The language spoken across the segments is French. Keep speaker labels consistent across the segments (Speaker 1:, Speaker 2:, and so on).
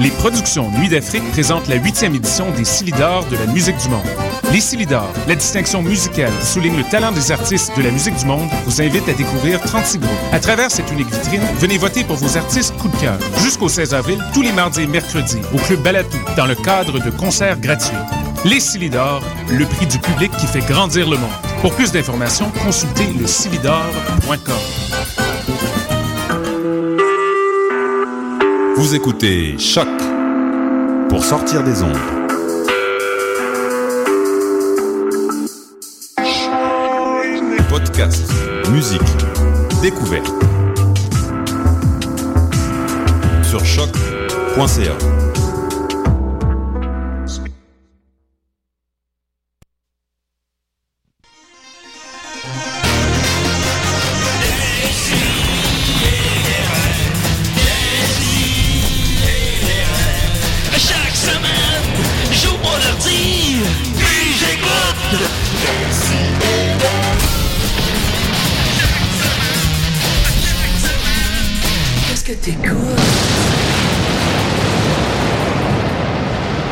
Speaker 1: Les productions Nuit d'Afrique présentent la huitième édition des Silidors de la musique du monde. Les Silidors, la distinction musicale qui souligne le talent des artistes de la musique du monde, vous invite à découvrir 36 groupes. À travers cette unique vitrine, venez voter pour vos artistes coup de cœur. Jusqu'au 16 avril, tous les mardis et mercredis, au Club Balatou, dans le cadre de concerts gratuits. Les Silidors, le prix du public qui fait grandir le monde. Pour plus d'informations, consultez le
Speaker 2: Vous écoutez Choc pour sortir des ondes. Podcast, musique, découverte. Sur choc.ca.
Speaker 3: Chaque semaine, j'ouvre mon ordi, puis j'écoute. Qu'est-ce que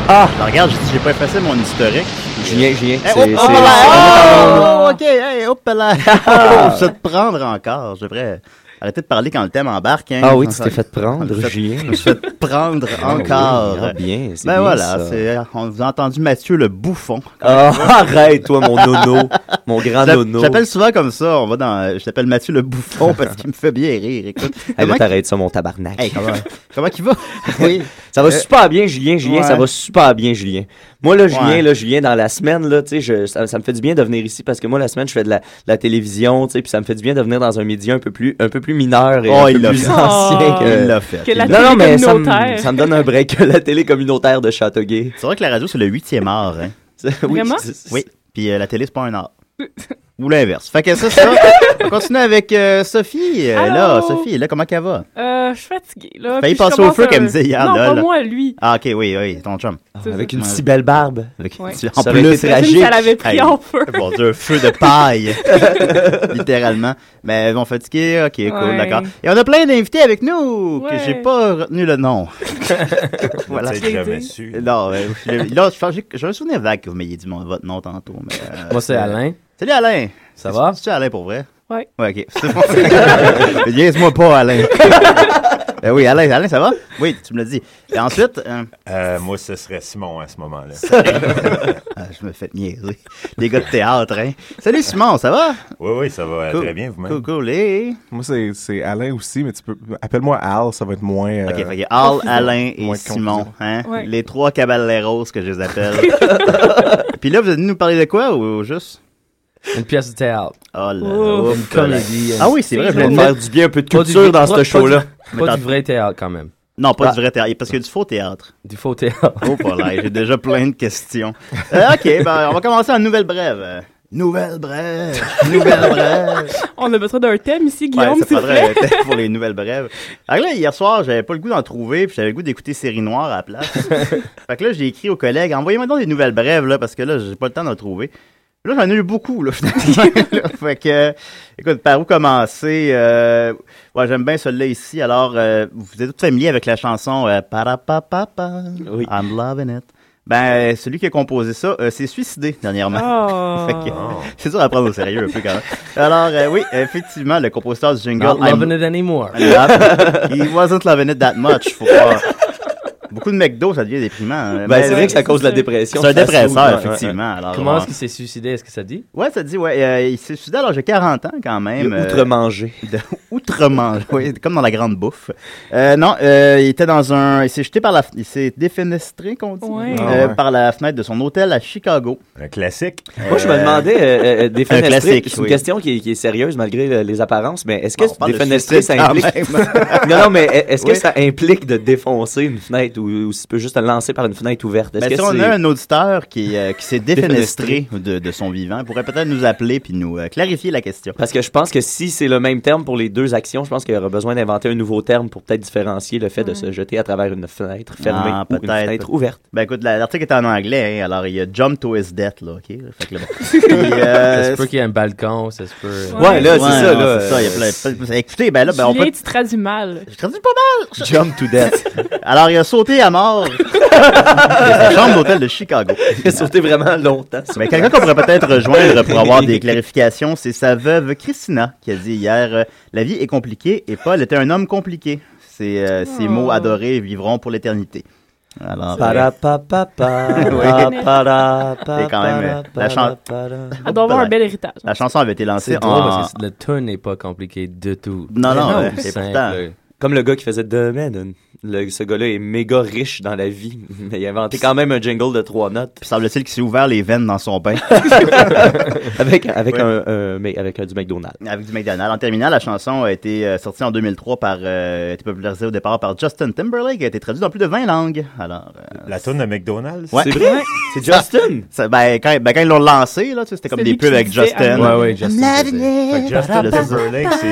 Speaker 4: Ah, regarde, j'ai dit, j'ai pas effacé mon historique.
Speaker 5: Julien, Julien,
Speaker 4: Eh,
Speaker 5: c'est...
Speaker 4: hop,
Speaker 5: c'est-
Speaker 4: hop là! Oh, ok, hey, hop là!
Speaker 5: Ah.
Speaker 4: Oh, se te prendre encore, je devrais arrêter de parler quand le thème embarque. Hein.
Speaker 5: Ah oui, tu
Speaker 4: Ça-
Speaker 5: t'es fait prendre,
Speaker 4: Je me suis fait-
Speaker 5: Julien.
Speaker 4: Je me suis fait prendre
Speaker 5: Ah oui,
Speaker 4: encore.
Speaker 5: ah bien, c'est
Speaker 4: ben
Speaker 5: bien
Speaker 4: voilà,
Speaker 5: ça.
Speaker 4: c'est- on vous a entendu Mathieu le bouffon.
Speaker 5: Ah, arrête, toi, mon nono, mon grand
Speaker 4: J'a-
Speaker 5: nono. Eh,
Speaker 4: J'appelle souvent comme ça, on va dans, je l'appelle Mathieu le bouffon parce qu'il me fait bien rire. Écoute,
Speaker 5: Eh ben,
Speaker 4: comment,
Speaker 5: t'arrêtes ça, mon tabarnak.
Speaker 4: hey, comment, comment qu'il va? Oui.
Speaker 5: Ça va
Speaker 4: Euh,
Speaker 5: super bien, Julien, Julien,
Speaker 4: ouais.
Speaker 5: ça va super bien, Julien. Moi, là, Julien,
Speaker 4: Ouais.
Speaker 5: là, Julien, dans la semaine, là, tu sais, je- ça, ça me fait du bien de venir ici parce que moi, la semaine, je fais de la, de la télévision, tu sais, puis ça me fait du bien de venir dans un média un peu plus, un peu plus mineur et
Speaker 4: Oh,
Speaker 5: un
Speaker 4: il
Speaker 5: peu
Speaker 4: l'a
Speaker 5: plus
Speaker 4: fait.
Speaker 5: ancien
Speaker 6: Oh.
Speaker 5: que...
Speaker 4: Il l'a fait.
Speaker 6: Que la
Speaker 5: non, non, mais ça me,
Speaker 6: communautaire.
Speaker 5: ça me donne un break la télé communautaire de Châteauguay.
Speaker 4: C'est vrai que la radio, c'est le huitième art. Hein.
Speaker 5: Oui,
Speaker 6: Vraiment?
Speaker 5: c'est- c'est-
Speaker 4: Oui, puis euh, la télé, c'est pas un art. Ou l'inverse. Fait que c'est ça. On continue avec euh, Sophie. Euh,
Speaker 6: Allô?
Speaker 4: là, Sophie, là, comment qu'elle va?
Speaker 6: Euh, je suis fatiguée, là.
Speaker 4: Failli
Speaker 6: puis je
Speaker 4: passer au
Speaker 6: commence
Speaker 4: feu
Speaker 6: à-
Speaker 4: qu'elle me disait hier,
Speaker 6: Non,
Speaker 4: là,
Speaker 6: pas
Speaker 4: là.
Speaker 6: moi, lui.
Speaker 4: Ah, ok, oui, oui, ton chum.
Speaker 5: Ah,
Speaker 6: C'est
Speaker 5: Avec
Speaker 6: ça.
Speaker 5: une si belle barbe.
Speaker 4: Avec-
Speaker 6: Ouais.
Speaker 4: tu- En
Speaker 5: Ça aurait
Speaker 4: plus,
Speaker 5: été tragique.
Speaker 6: Imagine si elle avait pris
Speaker 4: Hey.
Speaker 6: en feu.
Speaker 4: Mon Dieu, un feu de paille, littéralement. Mais ils vont fatiguer, ok, cool,
Speaker 6: Ouais.
Speaker 4: d'accord. Et on a plein d'invités avec nous,
Speaker 6: Ouais.
Speaker 4: que j'ai pas retenu le nom. voilà.
Speaker 6: Peut-être jamais
Speaker 7: su.
Speaker 4: Non, euh, je- là, je pense que j'ai- j'ai un souvenir vague que vous m'ayez dit mon, votre nom tantôt. Mais, euh,
Speaker 8: Moi, c'est Alain.
Speaker 4: Salut Alain.
Speaker 8: Ça va?
Speaker 4: C'est Alain pour vrai?
Speaker 6: Ouais.
Speaker 4: Ouais, ok. C'est bon. Niaise-moi pas, Alain. ben oui, Alain, Alain, ça va? Oui, tu me l'as dit. Et ensuite, euh,
Speaker 7: Euh, moi, ce serait Simon à ce moment-là.
Speaker 4: ah, je me fais niaiser. Les gars de théâtre, hein. Salut Simon, ça va?
Speaker 7: Oui, oui, ça va
Speaker 4: Cool.
Speaker 7: très bien vous-même.
Speaker 4: Coucou, les.
Speaker 9: Moi, c'est- c'est Alain aussi, mais tu peux. Appelle-moi Al, ça va être moins. euh,
Speaker 4: Ok, fait que Al, Alain et
Speaker 9: moins
Speaker 4: Simon,
Speaker 9: confusant.
Speaker 4: hein?
Speaker 6: Ouais.
Speaker 4: Les trois caballeros que je les appelle. Puis là, vous allez nous parler de quoi ou, ou juste?
Speaker 8: Une pièce de théâtre.
Speaker 4: Oh là
Speaker 6: Oh,
Speaker 4: là.
Speaker 8: Une comédie.
Speaker 4: Ah oui, c'est vrai, je voulais
Speaker 5: Pour
Speaker 4: le
Speaker 5: faire
Speaker 4: mettre.
Speaker 5: du bien un peu de
Speaker 8: Pas du-
Speaker 5: culture dans
Speaker 8: pas-
Speaker 5: ce
Speaker 8: pas
Speaker 5: show-là.
Speaker 8: du- Pas du vrai théâtre, quand même. Ah.
Speaker 4: Non, pas du vrai théâtre, parce qu'il y a du faux théâtre.
Speaker 8: Du faux théâtre.
Speaker 4: Oh, pas l'air, j'ai déjà plein de questions. Euh, ok, ben, on va commencer en nouvelle brève. Euh, Nouvelle brève, nouvelle brève.
Speaker 6: On a besoin d'un thème ici, Guillaume,
Speaker 4: ça
Speaker 6: s'il vous plaît.
Speaker 4: prendrait un thème pour les nouvelles brèves. Alors là, hier soir, j'avais pas le goût d'en trouver, puis j'avais le goût d'écouter Série Noire à la place. fait que là, j'ai écrit aux collègues, envoyez-moi donc des nouvelles brèves, là, parce que là, j'ai pas le temps d'en trouver. Là, j'en ai eu beaucoup, là, finalement. là. Fait que, euh, écoute, par où commencer? Euh, ouais, j'aime bien celui-là ici. Alors, euh, vous êtes tous familiers avec la chanson euh, Parapapapa,
Speaker 5: Oui.
Speaker 4: I'm loving it. Ben, euh, celui qui a composé ça euh, s'est suicidé dernièrement.
Speaker 6: Oh.
Speaker 4: Fait que,
Speaker 5: Ah.
Speaker 4: C'est sûr à prendre au sérieux un peu quand même. Alors, euh, oui, effectivement, le compositeur du jingle.
Speaker 8: Not
Speaker 4: Ah, I'm-
Speaker 8: loving it anymore.
Speaker 4: He wasn't loving it that much, faut pas. Beaucoup de McDo, ça devient déprimant. hein.
Speaker 5: Ben,
Speaker 4: Mais-
Speaker 5: c'est vrai que ça cause de la
Speaker 6: c'est-
Speaker 5: dépression.
Speaker 4: c'est un
Speaker 5: fast-food, ouais,
Speaker 4: dépresseur,
Speaker 5: ouais, ouais.
Speaker 4: effectivement. Alors,
Speaker 8: Comment
Speaker 4: ouais.
Speaker 8: est-ce qu'il s'est suicidé? Est-ce que ça dit?
Speaker 4: Ouais, ça dit, ouais, euh, il s'est suicidé alors j'ai 40 ans quand
Speaker 5: Il
Speaker 4: même.
Speaker 5: a Outre-manger.
Speaker 4: euh, de- outrement, oui, comme dans la grande bouffe. Euh, non, euh, il était dans un. Il s'est jeté par la. f- Il s'est défenestré, qu'on dit,
Speaker 6: Ouais.
Speaker 9: Ah
Speaker 4: euh,
Speaker 9: ouais.
Speaker 4: par la fenêtre de son hôtel à Chicago.
Speaker 7: Un classique.
Speaker 5: Moi, je me
Speaker 4: Euh,
Speaker 5: demandais, euh, euh, des fenestrés,
Speaker 4: classique,
Speaker 5: c'est une
Speaker 4: oui.
Speaker 5: question qui est, qui est sérieuse malgré le- les apparences, mais est-ce que
Speaker 4: on parle
Speaker 5: des
Speaker 4: de
Speaker 5: fenestrés, ça
Speaker 4: suicide
Speaker 5: implique...
Speaker 4: quand même.
Speaker 5: Non, non, mais est-ce que
Speaker 4: Oui.
Speaker 5: ça implique de défoncer une fenêtre ou, ou si tu peux juste te lancer par une fenêtre ouverte? Est-ce
Speaker 4: Ben,
Speaker 5: que
Speaker 4: si on
Speaker 5: c'est-
Speaker 4: a un auditeur qui, euh, qui s'est défenestré de, de son vivant, il pourrait peut-être nous appeler puis nous euh, clarifier la question.
Speaker 5: Parce que je pense que si c'est le même terme pour les deux actions, je pense qu'il y aura besoin d'inventer un nouveau terme pour peut-être différencier le fait de se jeter à travers une fenêtre fermée
Speaker 4: Ah,
Speaker 5: ou une
Speaker 4: peut-être.
Speaker 5: fenêtre ouverte.
Speaker 4: Ben écoute, la- l'article est en anglais, hein, alors il y a Jump to his death, là, ok? Fait que là, bon. Puis,
Speaker 8: Ça
Speaker 4: euh,
Speaker 8: se peut qu'il y ait un balcon, ça se peut...
Speaker 6: Ouais,
Speaker 5: Ouais, là,
Speaker 4: ouais,
Speaker 5: c'est ça,
Speaker 4: non,
Speaker 5: là. Euh,
Speaker 4: c'est ça, il y a plein- plein- Écoutez, ben là, ben, on
Speaker 6: Julien,
Speaker 4: peut...
Speaker 6: tu traduis mal.
Speaker 4: Je traduis pas
Speaker 5: Jump to death.
Speaker 4: mal! Alors, il a sauté sauté à mort la chambre d'hôtel de Chicago.
Speaker 5: J'ai sauté vraiment longtemps.
Speaker 4: Mais quelqu'un qu'on pourrait peut-être rejoindre pour avoir des clarifications, c'est sa veuve Christina qui a dit hier euh, La vie est compliquée et Paul était un homme compliqué. C'est euh, ces
Speaker 6: Oh.
Speaker 4: mots
Speaker 8: Ah.
Speaker 4: adorés vivront pour l'éternité. Alors, euh,
Speaker 5: Para pa pa pa
Speaker 4: Oui.
Speaker 5: pa para pa
Speaker 4: C'est quand même, euh,
Speaker 5: para,
Speaker 4: la chan-
Speaker 5: para, para.
Speaker 6: Elle doit avoir un bel héritage.
Speaker 4: la chanson avait été lancée
Speaker 8: C'est drôle
Speaker 4: en-
Speaker 8: parce que le tune n'est pas compliqué du tout.
Speaker 4: Non, non,
Speaker 8: Mais
Speaker 4: euh, c'est
Speaker 8: simple.
Speaker 4: pourtant-
Speaker 5: Comme le gars qui faisait The Man. Le- ce gars-là est méga riche dans la vie, mais il a inventé quand même un jingle de trois notes.
Speaker 4: Puis semble-t-il qu'il s'est ouvert les veines dans son bain
Speaker 5: Avec, avec,
Speaker 4: Ouais.
Speaker 5: un, un- mais avec un du McDonald's.
Speaker 4: avec du McDonald's. En terminant, la chanson a été euh, sortie en 2003 par, euh, a été popularisée au départ par Justin Timberlake et a été traduite dans plus de 20 langues. Alors, euh,
Speaker 7: La tourne de McDonald's?
Speaker 4: Ouais.
Speaker 5: C'est vrai? C'est Justin!
Speaker 4: ça- ben, quand, ben, quand ils l'ont lancé, là, tu sais, c'était comme
Speaker 6: C'est
Speaker 4: des
Speaker 6: lui qui
Speaker 4: pubs avec
Speaker 6: disait,
Speaker 4: Justin.
Speaker 8: Ouais, ouais, Justin. faisait.
Speaker 7: Fait que Justin
Speaker 4: Ba-da-ba-ba-ba.
Speaker 7: Timberlake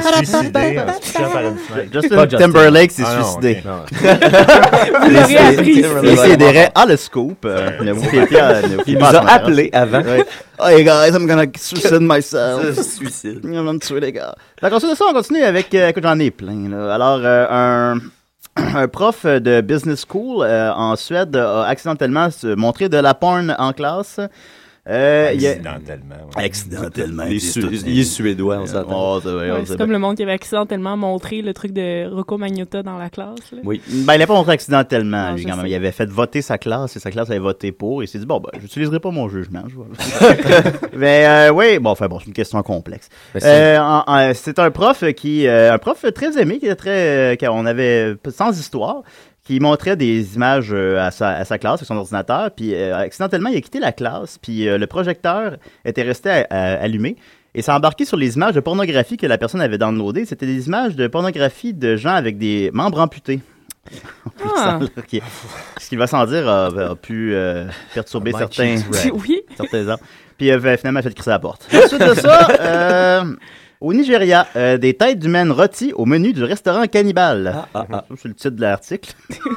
Speaker 7: s'est suicidé en se touchant par une fenêtre.
Speaker 4: Justin
Speaker 8: Pas Justin.
Speaker 4: Timberlake s'est
Speaker 7: Ah non,
Speaker 4: suicidé.
Speaker 7: ok.
Speaker 8: Non,
Speaker 6: Vous l'auriez appris.
Speaker 4: Et
Speaker 5: Ouais.
Speaker 4: c'est des raies à le scoop. euh, ne vous fiez pas- ne vous fiez
Speaker 5: Il
Speaker 4: pas à
Speaker 5: nous
Speaker 4: ce
Speaker 5: a
Speaker 4: matin.
Speaker 5: appelé avant.
Speaker 4: Ouais. Oh, Hey guys, I'm gonna suicide myself.
Speaker 5: Suicide.
Speaker 4: Ils vont me tuer, les gars. Donc, ensuite de ça, on continue avec. euh, écoute, j'en ai plein, là. Alors, euh, un. Un prof de business school euh, en Suède a accidentellement se- montré de la porn en classe. Euh, il y a-
Speaker 7: Accidentellement. ouais.
Speaker 4: Accidentellement.
Speaker 5: Il est, su- il est suédois, on s'entend.
Speaker 4: Oh, c'est vrai,
Speaker 6: Ouais,
Speaker 4: on sait
Speaker 6: c'est
Speaker 4: bien.
Speaker 6: comme le monde qui avait accidentellement montré le truc de Rocco Magnotta dans la classe. là.
Speaker 4: Ben, il n'a pas montré accidentellement,
Speaker 6: Non,
Speaker 4: lui,
Speaker 6: je
Speaker 4: quand même.
Speaker 6: sais.
Speaker 4: Il avait fait voter sa classe et sa classe avait voté pour. Et il s'est dit, bon, ben, j'utiliserai pas mon jugement. Je vois. Mais euh, oui, bon, enfin, bon, c'est une question complexe.
Speaker 8: mais
Speaker 5: Ben,
Speaker 8: c'est-
Speaker 4: Euh, en- en- c'est un prof qui, euh, un prof très aimé, qui était très, euh, qu'on avait p- sans histoire, qui montrait des images euh, à sa, à sa classe, sur son ordinateur, puis euh, accidentellement il a quitté la classe, puis euh, le projecteur était resté à- à- allumé. Et ça embarqué sur les images de pornographie que la personne avait downloadées. C'était des images de pornographie de gens avec des membres amputés.
Speaker 6: Ah.
Speaker 4: Ok. Ce qui va sans dire a, a pu euh, perturber
Speaker 7: My
Speaker 4: certains Ouais
Speaker 7: cheeks
Speaker 6: Oui.
Speaker 4: certains ans. Puis euh, ben, finalement, elle a fait de crisser à la porte. Ensuite de ça, euh, au Nigeria, euh, des têtes humaines rôties au menu du restaurant cannibale.
Speaker 5: Ah, ah, ah.
Speaker 4: Ça, c'est le titre de l'article.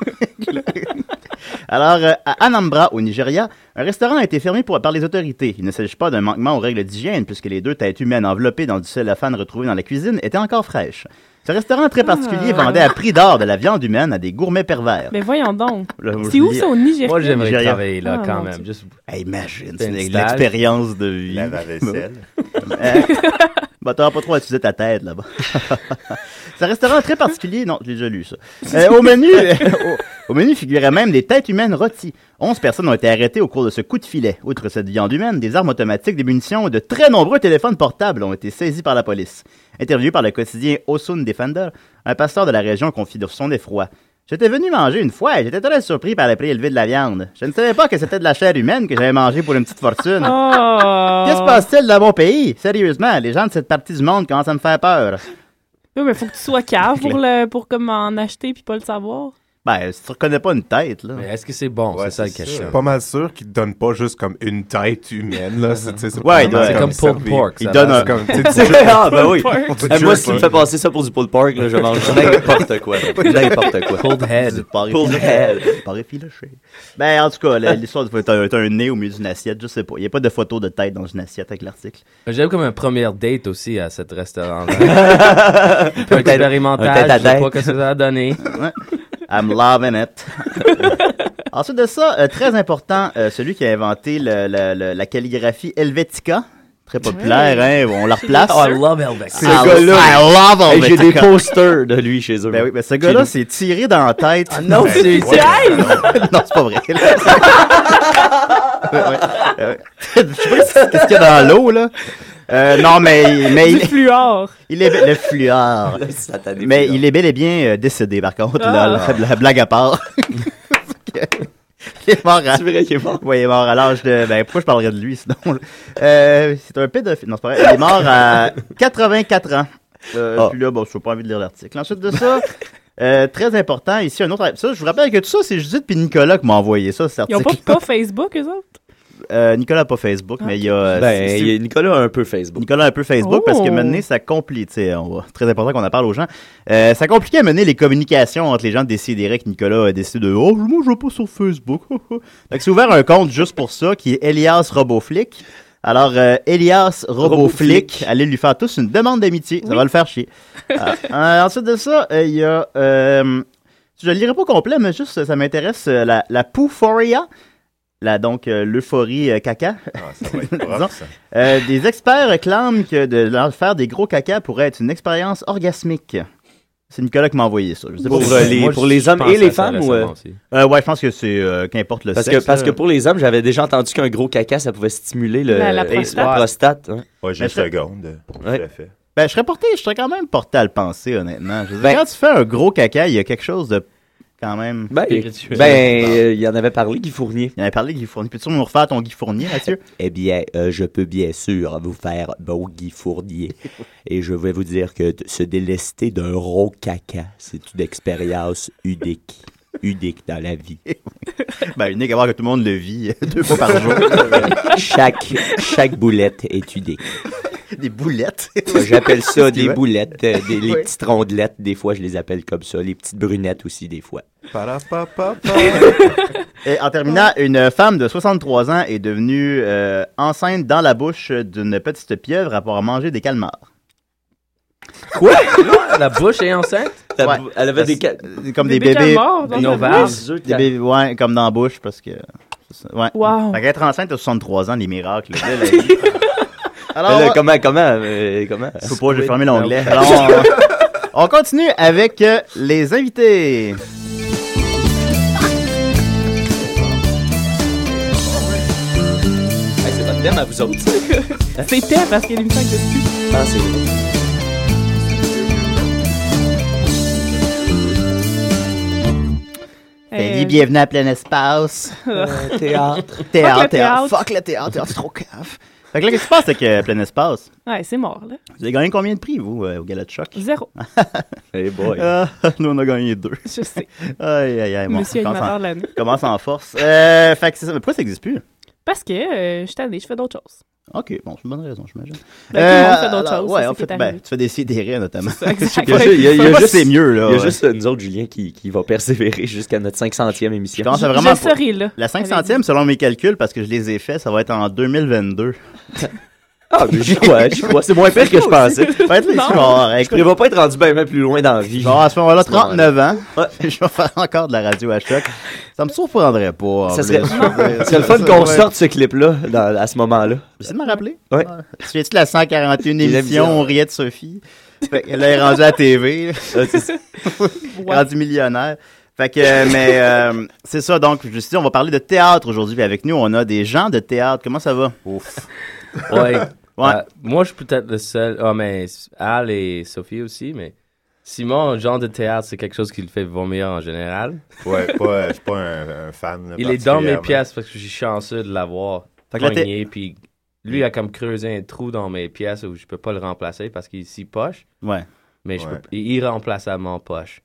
Speaker 4: Alors, euh, à Anambra, au Nigeria, un restaurant a été fermé pour- par les autorités. Il ne s'agit pas d'un manquement aux règles d'hygiène, puisque les deux têtes humaines enveloppées dans du cellophane retrouvé dans la cuisine étaient encore fraîches. Ce restaurant très particulier
Speaker 6: Ah.
Speaker 4: vendait à prix d'or de la viande humaine à des gourmets pervers.
Speaker 6: Mais voyons donc.
Speaker 4: Là, je
Speaker 6: C'est
Speaker 4: vous
Speaker 6: où
Speaker 4: dis,
Speaker 6: ça au Nigeria?
Speaker 8: Moi, j'aimerais
Speaker 4: Nigeria.
Speaker 8: travailler là
Speaker 6: Ah,
Speaker 8: quand
Speaker 6: mon
Speaker 8: même.
Speaker 6: Dieu.
Speaker 8: Juste...
Speaker 4: Hey, imagine,
Speaker 8: C'est une
Speaker 4: c'est
Speaker 8: stage.
Speaker 4: l'expérience de vie.
Speaker 7: Lave à vaisselle.
Speaker 4: Euh, Bah, t'auras pas trop à utiliser ta tête là-bas. c'est un restaurant très particulier. Non, j'ai déjà lu ça. Euh, au, menu, au, au menu figuraient même des têtes humaines rôties. 11 personnes ont été arrêtées au cours de ce coup de filet. Outre cette viande humaine, des armes automatiques, des munitions et de très nombreux téléphones portables ont été saisis par la police. Interviewé par le quotidien Osun Defender, un pasteur de la région confie de son effroi. J'étais venu manger une fois et j'étais très surpris par le prix élevé de la viande. Je ne savais pas que c'était de la chair humaine que j'avais mangée pour une petite fortune.
Speaker 6: Oh.
Speaker 8: Ah.
Speaker 4: Qu'est-ce qui se passe-t-il dans mon pays? Sérieusement, les gens de cette partie du monde commencent à me faire peur.
Speaker 6: Oui, mais faut que tu sois cave pour, le, pour comme en acheter puis pas le savoir.
Speaker 4: Ben, si tu reconnais pas une tête, là.
Speaker 8: Mais est-ce que c'est bon?
Speaker 7: Ouais,
Speaker 8: c'est ça la
Speaker 7: c'est
Speaker 8: question.
Speaker 7: sûr.
Speaker 9: Pas mal sûr qu'il te donne pas juste comme une tête humaine, là. C'est c'est-
Speaker 4: Ouais, il doit-
Speaker 9: c'est
Speaker 8: C'est comme pulled
Speaker 9: servi.
Speaker 8: pork.
Speaker 4: Il
Speaker 8: ça
Speaker 4: donne
Speaker 8: va.
Speaker 9: C'est comme, tu sais, tu
Speaker 5: ah, ben oui.
Speaker 9: tu
Speaker 5: Eh, moi,
Speaker 9: jures
Speaker 5: si tu me
Speaker 9: pas.
Speaker 5: fais passer ça pour du pulled pork, là, je mange n'importe quoi. N'importe quoi.
Speaker 8: Pulled head.
Speaker 4: Pas
Speaker 5: Pour
Speaker 4: effiloché. Pas effiloché. Ben, en tout cas, la- l'histoire du t'as un, t'as un nez au milieu d'une assiette, je sais pas. Il n'y a pas de photo de tête dans une assiette avec l'article.
Speaker 8: J'aime comme un premier date aussi à cet restaurant-là. un
Speaker 5: tête- un tête
Speaker 8: expérimental,
Speaker 5: à
Speaker 8: je sais pas
Speaker 5: tête.
Speaker 8: que ça va donner.
Speaker 4: I'm loving it. Ensuite de ça, euh, très important, euh, celui qui a inventé le- le- le- la calligraphie Helvetica. Très populaire, hein. On la replace.
Speaker 8: Oh, I love Helvex.
Speaker 4: I lo-
Speaker 5: gars-là.
Speaker 4: I love
Speaker 5: Hey, J'ai des
Speaker 4: Helvetica.
Speaker 5: posters de lui chez eux.
Speaker 4: Ben oui, mais ce gars-là, c'est tiré dans la tête. Ben
Speaker 8: Non, c'est...
Speaker 7: Ouais.
Speaker 4: non, c'est pas vrai. Ouais, ouais. Euh, Je sais pas ce- qu'est-ce qu'il y a dans l'eau, là. Euh, non, mais, mais
Speaker 6: Du
Speaker 4: il,
Speaker 6: fluor.
Speaker 4: il est le fluor.
Speaker 5: Le satané.
Speaker 4: Mais il est bel et bien euh, décédé, par contre, là,
Speaker 6: Ah.
Speaker 4: la, la blague à part. il est mort à...
Speaker 5: C'est vrai qu'il est mort.
Speaker 4: Ouais, il est mort à l'âge de... Ben, pourquoi je parlerais de lui, sinon? là? Euh, c'est un pédophile. Non, c'est pas vrai. Il est mort à 84 ans. Euh,
Speaker 5: Ah.
Speaker 4: Puis là, bon, je n'ai pas envie de lire l'article. Ensuite de ça... euh, très important, ici un autre. Ça, je vous rappelle que tout ça, c'est Judith puis Nicolas qui m'a envoyé ça, cet
Speaker 6: Ils ont
Speaker 4: article.
Speaker 6: pas, Ah. pas Facebook, eux autres?
Speaker 4: Euh, Nicolas a pas Facebook, mais il y a. euh,
Speaker 5: Ben,
Speaker 4: si- si-
Speaker 5: il y a- Nicolas a un peu Facebook.
Speaker 4: Nicolas a un peu Facebook parce que
Speaker 6: Oh.
Speaker 4: maintenant ça complique, tu sais, on va- très important qu'on en parle aux gens. Euh, ça compliquait à mener les communications entre les gens décidés que Nicolas a décidé de oh moi je vais pas sur Facebook. Donc c'est ouvert un compte juste pour ça qui est Elias Roboflick. Alors euh, Elias Roboflick,
Speaker 5: Roboflick.
Speaker 4: allez lui faire tous une demande d'amitié, ça va le faire chier. Ah, euh, ensuite de ça, euh, il y a euh, Je le lirai pas au complet, mais juste, ça m'intéresse, euh, la, la Pouforia, la, donc euh, l'euphorie euh, caca.
Speaker 7: Ah, ça va être propre,
Speaker 4: Disons.
Speaker 7: ça.
Speaker 4: Euh, des experts clament que de leur faire des gros caca pourrait être une expérience orgasmique. C'est Nicolas qui m'a envoyé ça. Je sais pas
Speaker 5: Pour,
Speaker 4: pourquoi.
Speaker 5: euh, les-
Speaker 8: Moi,
Speaker 5: pour
Speaker 8: je-
Speaker 5: les
Speaker 8: je
Speaker 5: hommes
Speaker 8: pense
Speaker 5: et les
Speaker 8: à ça
Speaker 5: femmes, ou,
Speaker 8: récemment
Speaker 5: euh,
Speaker 8: aussi.
Speaker 4: Euh, ouais, je pense que c'est euh, qu'importe le
Speaker 5: Parce que,
Speaker 4: sexe.
Speaker 5: parce
Speaker 4: là.
Speaker 5: que pour les hommes, j'avais déjà entendu qu'un gros caca, ça pouvait stimuler le,
Speaker 6: La- la
Speaker 5: et-
Speaker 6: prostate.
Speaker 5: prostate, hein.
Speaker 7: Ouais,
Speaker 4: Mais
Speaker 7: j'ai une
Speaker 4: je serais-
Speaker 7: seconde. euh, Tout
Speaker 5: Ouais.
Speaker 7: à fait.
Speaker 4: Ben, je serais porté, je serais quand même porté à le penser, honnêtement. Je veux dire,
Speaker 5: Ben-
Speaker 4: quand tu fais un gros caca, il y a quelque chose de quand même.
Speaker 5: Ben,
Speaker 8: Spirituel.
Speaker 5: ben, euh, il y en avait parlé, Guy Fournier.
Speaker 4: Il y en avait parlé Guy Fournier. Peux-tu nous refaire ton Guy Fournier, Mathieu?
Speaker 5: Eh bien, euh, je peux bien sûr vous faire bon Guy Fournier. Et je vais vous dire que de- se délester d'un rond caca, c'est une expérience unique. Unique dans la vie.
Speaker 4: ben, unique à voir que tout le monde le vit euh, deux fois par jour.
Speaker 5: Chaque, chaque boulette est unique.
Speaker 4: Des boulettes.
Speaker 5: J'appelle ça
Speaker 4: qu'il
Speaker 5: des
Speaker 4: veut?
Speaker 5: boulettes, euh, des, les
Speaker 4: Oui.
Speaker 5: petites rondelettes, des fois je les appelle comme ça, les petites brunettes aussi des fois.
Speaker 4: Et en terminant, une femme de 63 ans est devenue euh, enceinte dans la bouche d'une petite pieuvre à pouvoir manger des calmars.
Speaker 5: Quoi?
Speaker 8: La bouche est enceinte?
Speaker 4: Ouais. Ah.
Speaker 5: Elle avait des ca-
Speaker 4: Euh, Comme des bébés.
Speaker 6: calmars dans
Speaker 8: des
Speaker 6: sa
Speaker 8: ovaires.
Speaker 6: bouche.
Speaker 4: Des bébés, ouais, comme dans la bouche, parce que. c'est ça, Ouais.
Speaker 6: Wow.
Speaker 4: Fait qu'être enceinte à 63 ans, les miracles. de la vie. Alors,
Speaker 5: Elle a-
Speaker 4: on-
Speaker 5: comment, comment, euh, comment?
Speaker 4: Je sais Ah pas, j'ai fermé l'onglet. Alors, euh, on, on continue avec euh, les invités.
Speaker 6: Euh.
Speaker 5: Hey, c'est votre thème à vous autres. ça.
Speaker 6: C'était parce qu'il y a l'émission que je suis.
Speaker 5: Ah, c'est-
Speaker 4: Ben,
Speaker 6: Euh,
Speaker 4: dis bienvenue à plein espace.
Speaker 5: Euh, théâtre.
Speaker 4: Théâtre,
Speaker 6: le
Speaker 4: théâtre.
Speaker 6: théâtre.
Speaker 4: Fuck le théâtre, théâtre, c'est trop cave. Fait que là, qu'est-ce qui se passe avec euh, plein espace?
Speaker 6: Ouais, c'est mort, là.
Speaker 4: Vous avez gagné combien de prix, vous, euh, au Gala de Choc?
Speaker 6: Zéro.
Speaker 5: Hey boy.
Speaker 4: Ah, nous, on a gagné deux.
Speaker 6: Je sais.
Speaker 4: Aïe, aïe, aïe. bon,
Speaker 6: Monsieur
Speaker 4: on commence en-
Speaker 6: animateur de l'année.
Speaker 4: commence en force. Euh, fait que c'est ça. Mais pourquoi ça n'existe plus?
Speaker 6: Parce que euh, je suis tannée, je fais d'autres choses.
Speaker 4: Ok, bon, c'est une bonne raison, j'imagine.
Speaker 6: Ben, tout le monde fait
Speaker 4: alors,
Speaker 6: d'autres choses.
Speaker 4: Ouais,
Speaker 6: c'est
Speaker 4: en
Speaker 6: ce qui
Speaker 4: fait,
Speaker 6: est
Speaker 4: ben,
Speaker 6: arrivé.
Speaker 4: tu fais des sidérés, notamment.
Speaker 6: C'est ça, exact.
Speaker 5: Il y a ju- il y a- il y
Speaker 4: Je
Speaker 5: a
Speaker 4: sais pas si
Speaker 5: juste-
Speaker 4: c'est mieux, là.
Speaker 5: Il y a
Speaker 4: ouais.
Speaker 5: juste euh, nous autres, Julien, qui, qui va persévérer jusqu'à notre 500e émission.
Speaker 4: Je commence à
Speaker 6: Je-
Speaker 4: vraiment
Speaker 6: Je serai là.
Speaker 4: La 500e, selon mes calculs, parce que je les ai faits, ça va être en 2022.
Speaker 5: Ah, mais j'y crois, j'y crois. C'est moins pire que je pensais.
Speaker 4: Ça va être
Speaker 6: Non.
Speaker 4: fort.
Speaker 5: Je prévois pas être rendu bien bien plus loin dans la vie.
Speaker 4: Bon, Ah, à ce moment-là,
Speaker 5: Ce moment-là.
Speaker 4: 39 ans, je vais faire encore de la radio à choc. Ça me surprendrait pas. en
Speaker 5: Ça
Speaker 4: plus.
Speaker 5: serait,
Speaker 4: Ouais.
Speaker 5: ça serait le fun
Speaker 4: Ça,
Speaker 5: qu'on
Speaker 4: ouais.
Speaker 5: sorte ce clip-là dans- à ce moment-là.
Speaker 4: J'essaie de me rappeler.
Speaker 5: Ouais.
Speaker 4: Tu viens-tu de la 141
Speaker 5: Les
Speaker 4: émission,
Speaker 5: émissions.
Speaker 4: on riait de Sophie? Fait que là, elle est rendue à la TV, là,
Speaker 5: Euh, c'est- c'est-
Speaker 6: Ouais.
Speaker 4: rendue millionnaire. Fait que, euh, mais euh, c'est ça, donc, je me suis dit, on va parler de théâtre aujourd'hui. Puis avec nous, on a des gens de théâtre. Comment ça va?
Speaker 8: Ouais.
Speaker 4: Ouais.
Speaker 8: Euh, moi, je suis peut-être le seul. Ah, mais Al et Sophie aussi, mais Simon, genre de théâtre, c'est quelque chose qui le fait vomir en général.
Speaker 7: Ouais, pas, je suis pas un, un fan. là,
Speaker 8: Il est dans mes
Speaker 7: particulièrement.
Speaker 8: pièces parce que je suis chanceux de l'avoir
Speaker 4: Fait que là, t'es-
Speaker 8: poigné, puis lui a comme creusé un trou dans mes pièces où je peux pas le remplacer parce qu'il s'y poche,
Speaker 4: Ouais.
Speaker 8: mais je peux-
Speaker 7: Ouais.
Speaker 8: il est irremplaçablement poche.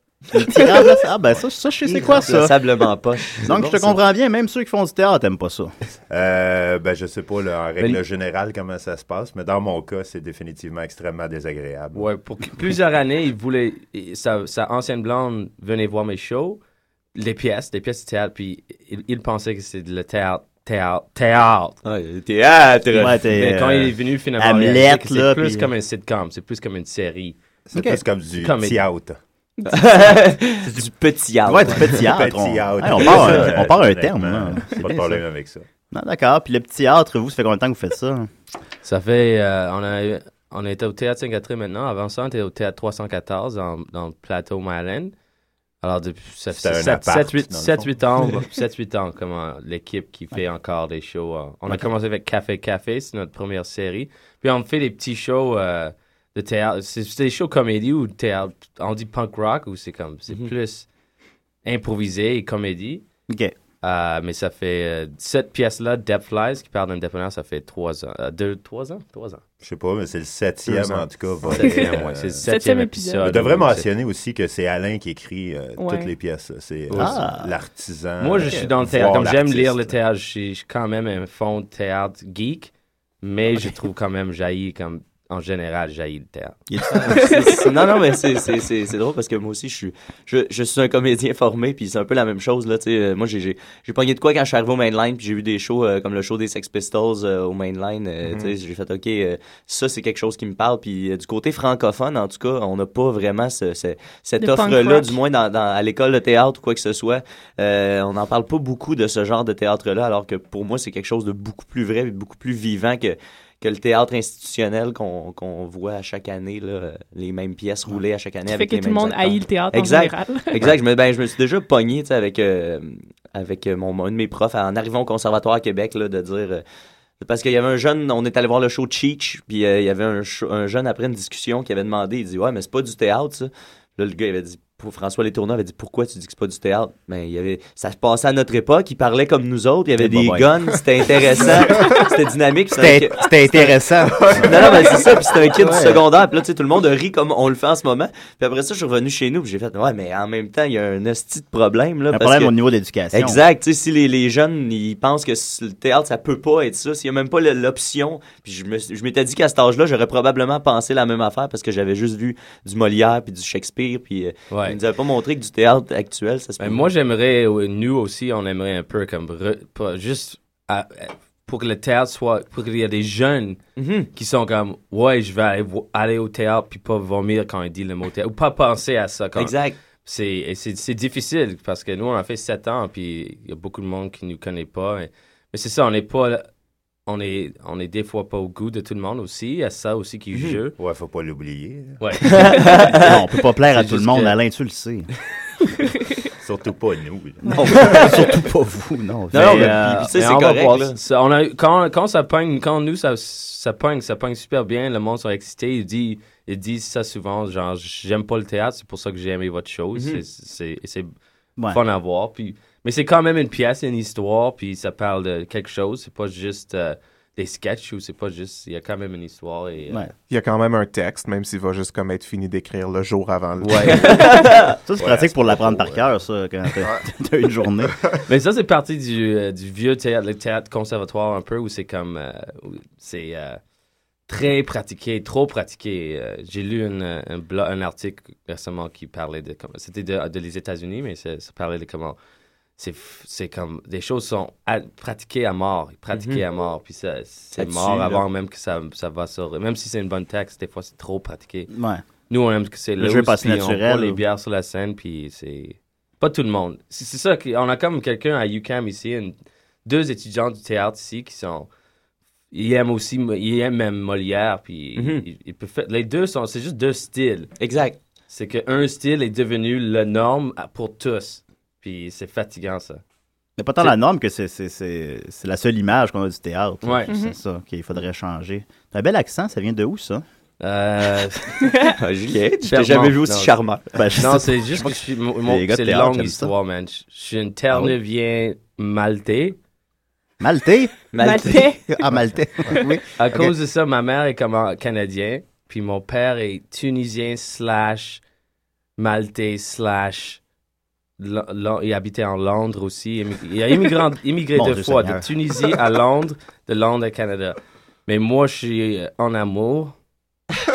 Speaker 4: Tirage de- Ah, ben ça, ça je sais c'est quoi ça?
Speaker 5: Irremplaçablement poche.
Speaker 4: Donc, je te comprends bien, même ceux qui font du théâtre n'aiment pas ça.
Speaker 7: Euh, ben, je sais pas, là, en règle
Speaker 8: Mais-
Speaker 7: générale, comment ça se passe, mais dans mon cas, c'est définitivement extrêmement désagréable.
Speaker 8: Ouais, pour que- plusieurs années, il voulait. il- Sa, sa ancienne blonde venait voir mes shows, les pièces, des pièces de théâtre, puis il, il pensait que c'était le théâtre, théâtre, théâtre.
Speaker 5: Ouais, théâtre.
Speaker 4: Ouais, t'es,
Speaker 8: Mais quand
Speaker 4: euh,
Speaker 8: il est venu finalement,
Speaker 4: Hamlet,
Speaker 8: réaliser que
Speaker 4: là,
Speaker 8: c'est plus
Speaker 4: puis-
Speaker 8: comme un sitcom, c'est plus comme une série.
Speaker 7: C'est
Speaker 4: Ok.
Speaker 7: plus comme du
Speaker 8: Comme-
Speaker 7: théâtre.
Speaker 5: C'est du petit art.
Speaker 4: Ouais, du petit théâtre. On,
Speaker 7: Petit out.
Speaker 4: Ah, Hey, on part,
Speaker 7: Euh,
Speaker 4: un- on part un
Speaker 7: honnêtement,
Speaker 4: terme. là. C'est
Speaker 7: Pas de
Speaker 4: bien,
Speaker 7: problème avec
Speaker 4: ça.
Speaker 7: ça.
Speaker 4: Non, d'accord. Puis le petit théâtre, vous, ça fait combien de temps que vous faites ça?
Speaker 8: Ça fait. euh, on, a, on était au théâtre 5 maintenant. Avant ça, on était au théâtre 314 dans, dans le plateau Myland. Alors, depuis
Speaker 7: C'était un
Speaker 8: 7-8
Speaker 7: appart, dans le fond.
Speaker 8: ans, 7-8 ans, comme euh, l'équipe qui fait encore des shows. euh. On a commencé avec Café Café, c'est notre première série. Puis on fait des petits shows euh, de théâtre. C'est c'est des shows comédie ou théâtre. On dit punk rock ou c'est comme.
Speaker 7: Mm-hmm.
Speaker 8: C'est plus improvisé et comédie.
Speaker 4: OK.
Speaker 8: Euh, mais ça fait euh, cette pièce-là, Depth Lies, qui parle d'indépendance, ça fait trois ans. euh, deux, trois ans? Trois ans.
Speaker 7: Je sais pas, mais c'est le septième,
Speaker 8: Deux ans.
Speaker 7: en tout cas. volet,
Speaker 8: Septième,
Speaker 7: euh,
Speaker 8: ouais, c'est le
Speaker 6: Septième
Speaker 8: septième
Speaker 6: épisode.
Speaker 8: épisode.
Speaker 7: Je devrais
Speaker 8: Donc, c'est-
Speaker 7: mentionner aussi que c'est Alain qui écrit euh,
Speaker 6: Ouais.
Speaker 7: toutes les pièces. là. C'est euh,
Speaker 4: Ah.
Speaker 7: c'est l'artisan.
Speaker 8: Moi, je
Speaker 7: euh,
Speaker 8: suis dans le
Speaker 7: voir
Speaker 8: théâtre. Comme j'aime
Speaker 7: l'artiste.
Speaker 8: lire le théâtre, je suis je suis quand même un fond de théâtre geek, mais je trouve quand même jailli comme en général, jaillit le théâtre.
Speaker 5: non, non, mais c'est- c'est c'est- c'est drôle parce que moi aussi, je suis, je, je suis un comédien formé, puis c'est un peu la même chose. Là, tu sais. Euh, moi, j'ai- j'ai j'ai pogné de quoi quand je suis arrivé au mainline, puis j'ai vu des shows euh, comme le show des Sex Pistols euh, au mainline. euh, tu sais, J'ai fait, OK, euh, ça, c'est quelque chose qui me parle. Puis euh, du côté francophone, en tout cas, on n'a pas vraiment ce- ce- cette
Speaker 6: Le punk
Speaker 5: offre-là,
Speaker 6: rock.
Speaker 5: du moins dans, dans- à l'école de théâtre ou quoi que ce soit. Euh, on n'en parle pas beaucoup de ce genre de théâtre-là, alors que pour moi, c'est quelque chose de beaucoup plus vrai et beaucoup plus vivant que, que le théâtre institutionnel qu'on qu'on voit à chaque année, là, euh, les mêmes pièces roulées à chaque année.
Speaker 6: Qui fait
Speaker 5: avec
Speaker 6: que
Speaker 5: les
Speaker 6: tout le
Speaker 5: mêmes
Speaker 6: monde
Speaker 5: acteurs.
Speaker 6: haït le théâtre en
Speaker 5: Exact.
Speaker 6: général.
Speaker 5: Exact. Je me, ben, je me suis déjà pogné tu sais, avec, euh, avec euh, mon, un de mes profs en arrivant au conservatoire à Québec là, de dire. euh, parce qu'il y avait un jeune, on est allé voir le show Cheech, puis euh, il y avait un, show- un jeune après une discussion qui avait demandé, il dit Ouais, mais c'est pas du théâtre, ça. Là, le gars, il avait dit pour François Letourneau avait dit Pourquoi tu dis que c'est pas du théâtre Mais il y avait, ça se passait à notre époque, il parlait comme nous autres, il y avait
Speaker 4: Eh ben,
Speaker 5: des
Speaker 4: ben.
Speaker 5: guns, c'était intéressant, c'était dynamique. puis c'était-
Speaker 4: C'était c'était intéressant.
Speaker 5: non, non, mais c'est ça, puis c'était un kid
Speaker 4: Ouais.
Speaker 5: du secondaire, puis là, tu sais, tout le monde rit comme on le fait en ce moment. Puis après ça, je suis revenu chez nous, puis j'ai fait, ouais, mais en même temps, il y a un hostie de problème,
Speaker 4: Un
Speaker 5: là. parce
Speaker 4: problème
Speaker 5: que-
Speaker 4: au niveau d'éducation.
Speaker 5: Exact, tu sais, si les, les jeunes, ils pensent que c- le théâtre, ça peut pas être ça, s'il y a même pas le- l'option, puis je me suis- je m'étais dit qu'à cet âge-là, j'aurais probablement pensé la même affaire, parce que j'avais juste vu du Molière, puis du Shakespeare, puis euh,
Speaker 8: Ouais.
Speaker 5: ils nous avaient pas montré que du théâtre actuel, ça se
Speaker 8: Ben,
Speaker 5: peut-
Speaker 8: moi, j'aimerais, euh, nous aussi, on aimerait un peu comme re- pas- juste à- à- pour que le théâtre soit, pour qu'il y ait des jeunes
Speaker 5: Mhm.
Speaker 8: qui sont comme, ouais, je vais aller, vo- aller au théâtre puis pas vomir quand il dit le mot théâtre ou pas penser à ça. Quand
Speaker 5: Exact.
Speaker 8: C'est, et c'est, c'est difficile parce que nous, on a fait sept ans puis il y a beaucoup de monde qui nous connaît pas. Et- mais c'est ça, on n'est pas, on est, on est des fois pas au goût de tout le monde aussi. Il y a ça aussi qui joue.
Speaker 7: Ouais, faut pas l'oublier. là.
Speaker 8: Ouais.
Speaker 4: Non, on peut pas plaire à
Speaker 8: C'est
Speaker 4: tout le
Speaker 8: juste
Speaker 4: monde,
Speaker 8: que-
Speaker 4: Alain, tu le sais.
Speaker 7: Surtout pas nous. là.
Speaker 4: Surtout pas vous, non.
Speaker 5: Non, non,
Speaker 4: Mais,
Speaker 5: mais,
Speaker 4: euh,
Speaker 5: puis, tu sais,
Speaker 8: Ah, Mais
Speaker 5: c'est
Speaker 8: on va
Speaker 5: correct,
Speaker 8: voir
Speaker 5: là.
Speaker 8: ça. On a, quand, quand ça pogne, quand nous, ça, ça pogne, ça pogne super bien, le monde sont excités, ils disent, ils disent ça souvent, genre, j'aime pas le théâtre, c'est pour ça que j'ai aimé votre show,
Speaker 5: Mhm.
Speaker 8: C'est- c'est c'est
Speaker 4: ouais.
Speaker 8: fun à voir. Puis, mais c'est quand même une pièce, une histoire, puis ça parle de quelque chose, c'est pas juste euh, des sketchs ou c'est pas juste, il y a quand même une histoire. Et, euh,
Speaker 4: Ouais.
Speaker 9: Il y a quand même un texte, même s'il va juste comme être fini d'écrire le jour avant le
Speaker 4: Ça, c'est pratique pour l'apprendre par cœur, ça, quand t'as t'as une journée.
Speaker 8: Mais ça, c'est parti du, euh, du vieux théâtre, le théâtre conservatoire un peu, où c'est comme. euh, où c'est euh, très pratiqué, trop pratiqué. Euh, J'ai lu une, euh, un, blo- un article récemment qui parlait de. comment- C'était de, de les États-Unis, mais ça, ça parlait de comment. C'est f- c'est comme. Des choses sont à- pratiquées à mort, pratiquées à mort, puis ça- c'est
Speaker 5: tue,
Speaker 8: mort
Speaker 5: là.
Speaker 8: avant même que ça, ça va sur. Même si c'est une bonne texte, des fois, c'est trop pratiqué.
Speaker 4: Ouais.
Speaker 8: Nous, on aime que c'est
Speaker 4: Le
Speaker 8: le
Speaker 4: jeu passe
Speaker 8: On
Speaker 4: naturel.
Speaker 8: prend les bières sur la scène, puis c'est. Pas tout le monde. C'est c'est ça qu'on a comme quelqu'un à UCAM ici, une- deux étudiants du théâtre ici qui sont. Ils aiment aussi. Mo- Ils aiment même Molière, puis.
Speaker 4: Mm-hmm.
Speaker 5: Mhm.
Speaker 8: ils- ils peuvent faire- Les deux sont. C'est juste deux styles.
Speaker 5: Exact.
Speaker 8: C'est qu'un style est devenu la norme à- pour tous. Puis c'est fatigant, ça.
Speaker 4: C'est pas tant
Speaker 8: C'est-
Speaker 4: la norme que c'est- c'est c'est- c'est la seule image qu'on a du théâtre.
Speaker 8: Ouais.
Speaker 6: Mhm.
Speaker 4: C'est ça qu'il faudrait changer. T'as un bel accent, ça vient de où, ça?
Speaker 8: Euh,
Speaker 5: Ah, Julien, je t'ai
Speaker 8: Charmant.
Speaker 5: jamais vu aussi
Speaker 8: Non.
Speaker 5: charmant.
Speaker 4: Ben, je
Speaker 8: non,
Speaker 4: sais
Speaker 8: c'est juste que je suis. mon- mon-
Speaker 4: Les gars de
Speaker 8: C'est une
Speaker 4: théâtre
Speaker 8: longue
Speaker 4: aiment ça. Ah
Speaker 8: histoire, man. Je je suis une terre-neuvien maltais.
Speaker 4: pas. Maltais?
Speaker 6: Maltais.
Speaker 4: Ah, Maltais. oui.
Speaker 8: À cause de ça, ma mère est comme un Canadien, puis mon père est Tunisien slash Maltais slash Lo- Lo- il habitait en Londres aussi. Immi- Il a immigrant- immigré
Speaker 4: Mon
Speaker 8: deux
Speaker 4: Dieu
Speaker 8: fois,
Speaker 4: Seigneur.
Speaker 8: de Tunisie à Londres, de Londres à Canada. Mais moi, je suis euh, en amour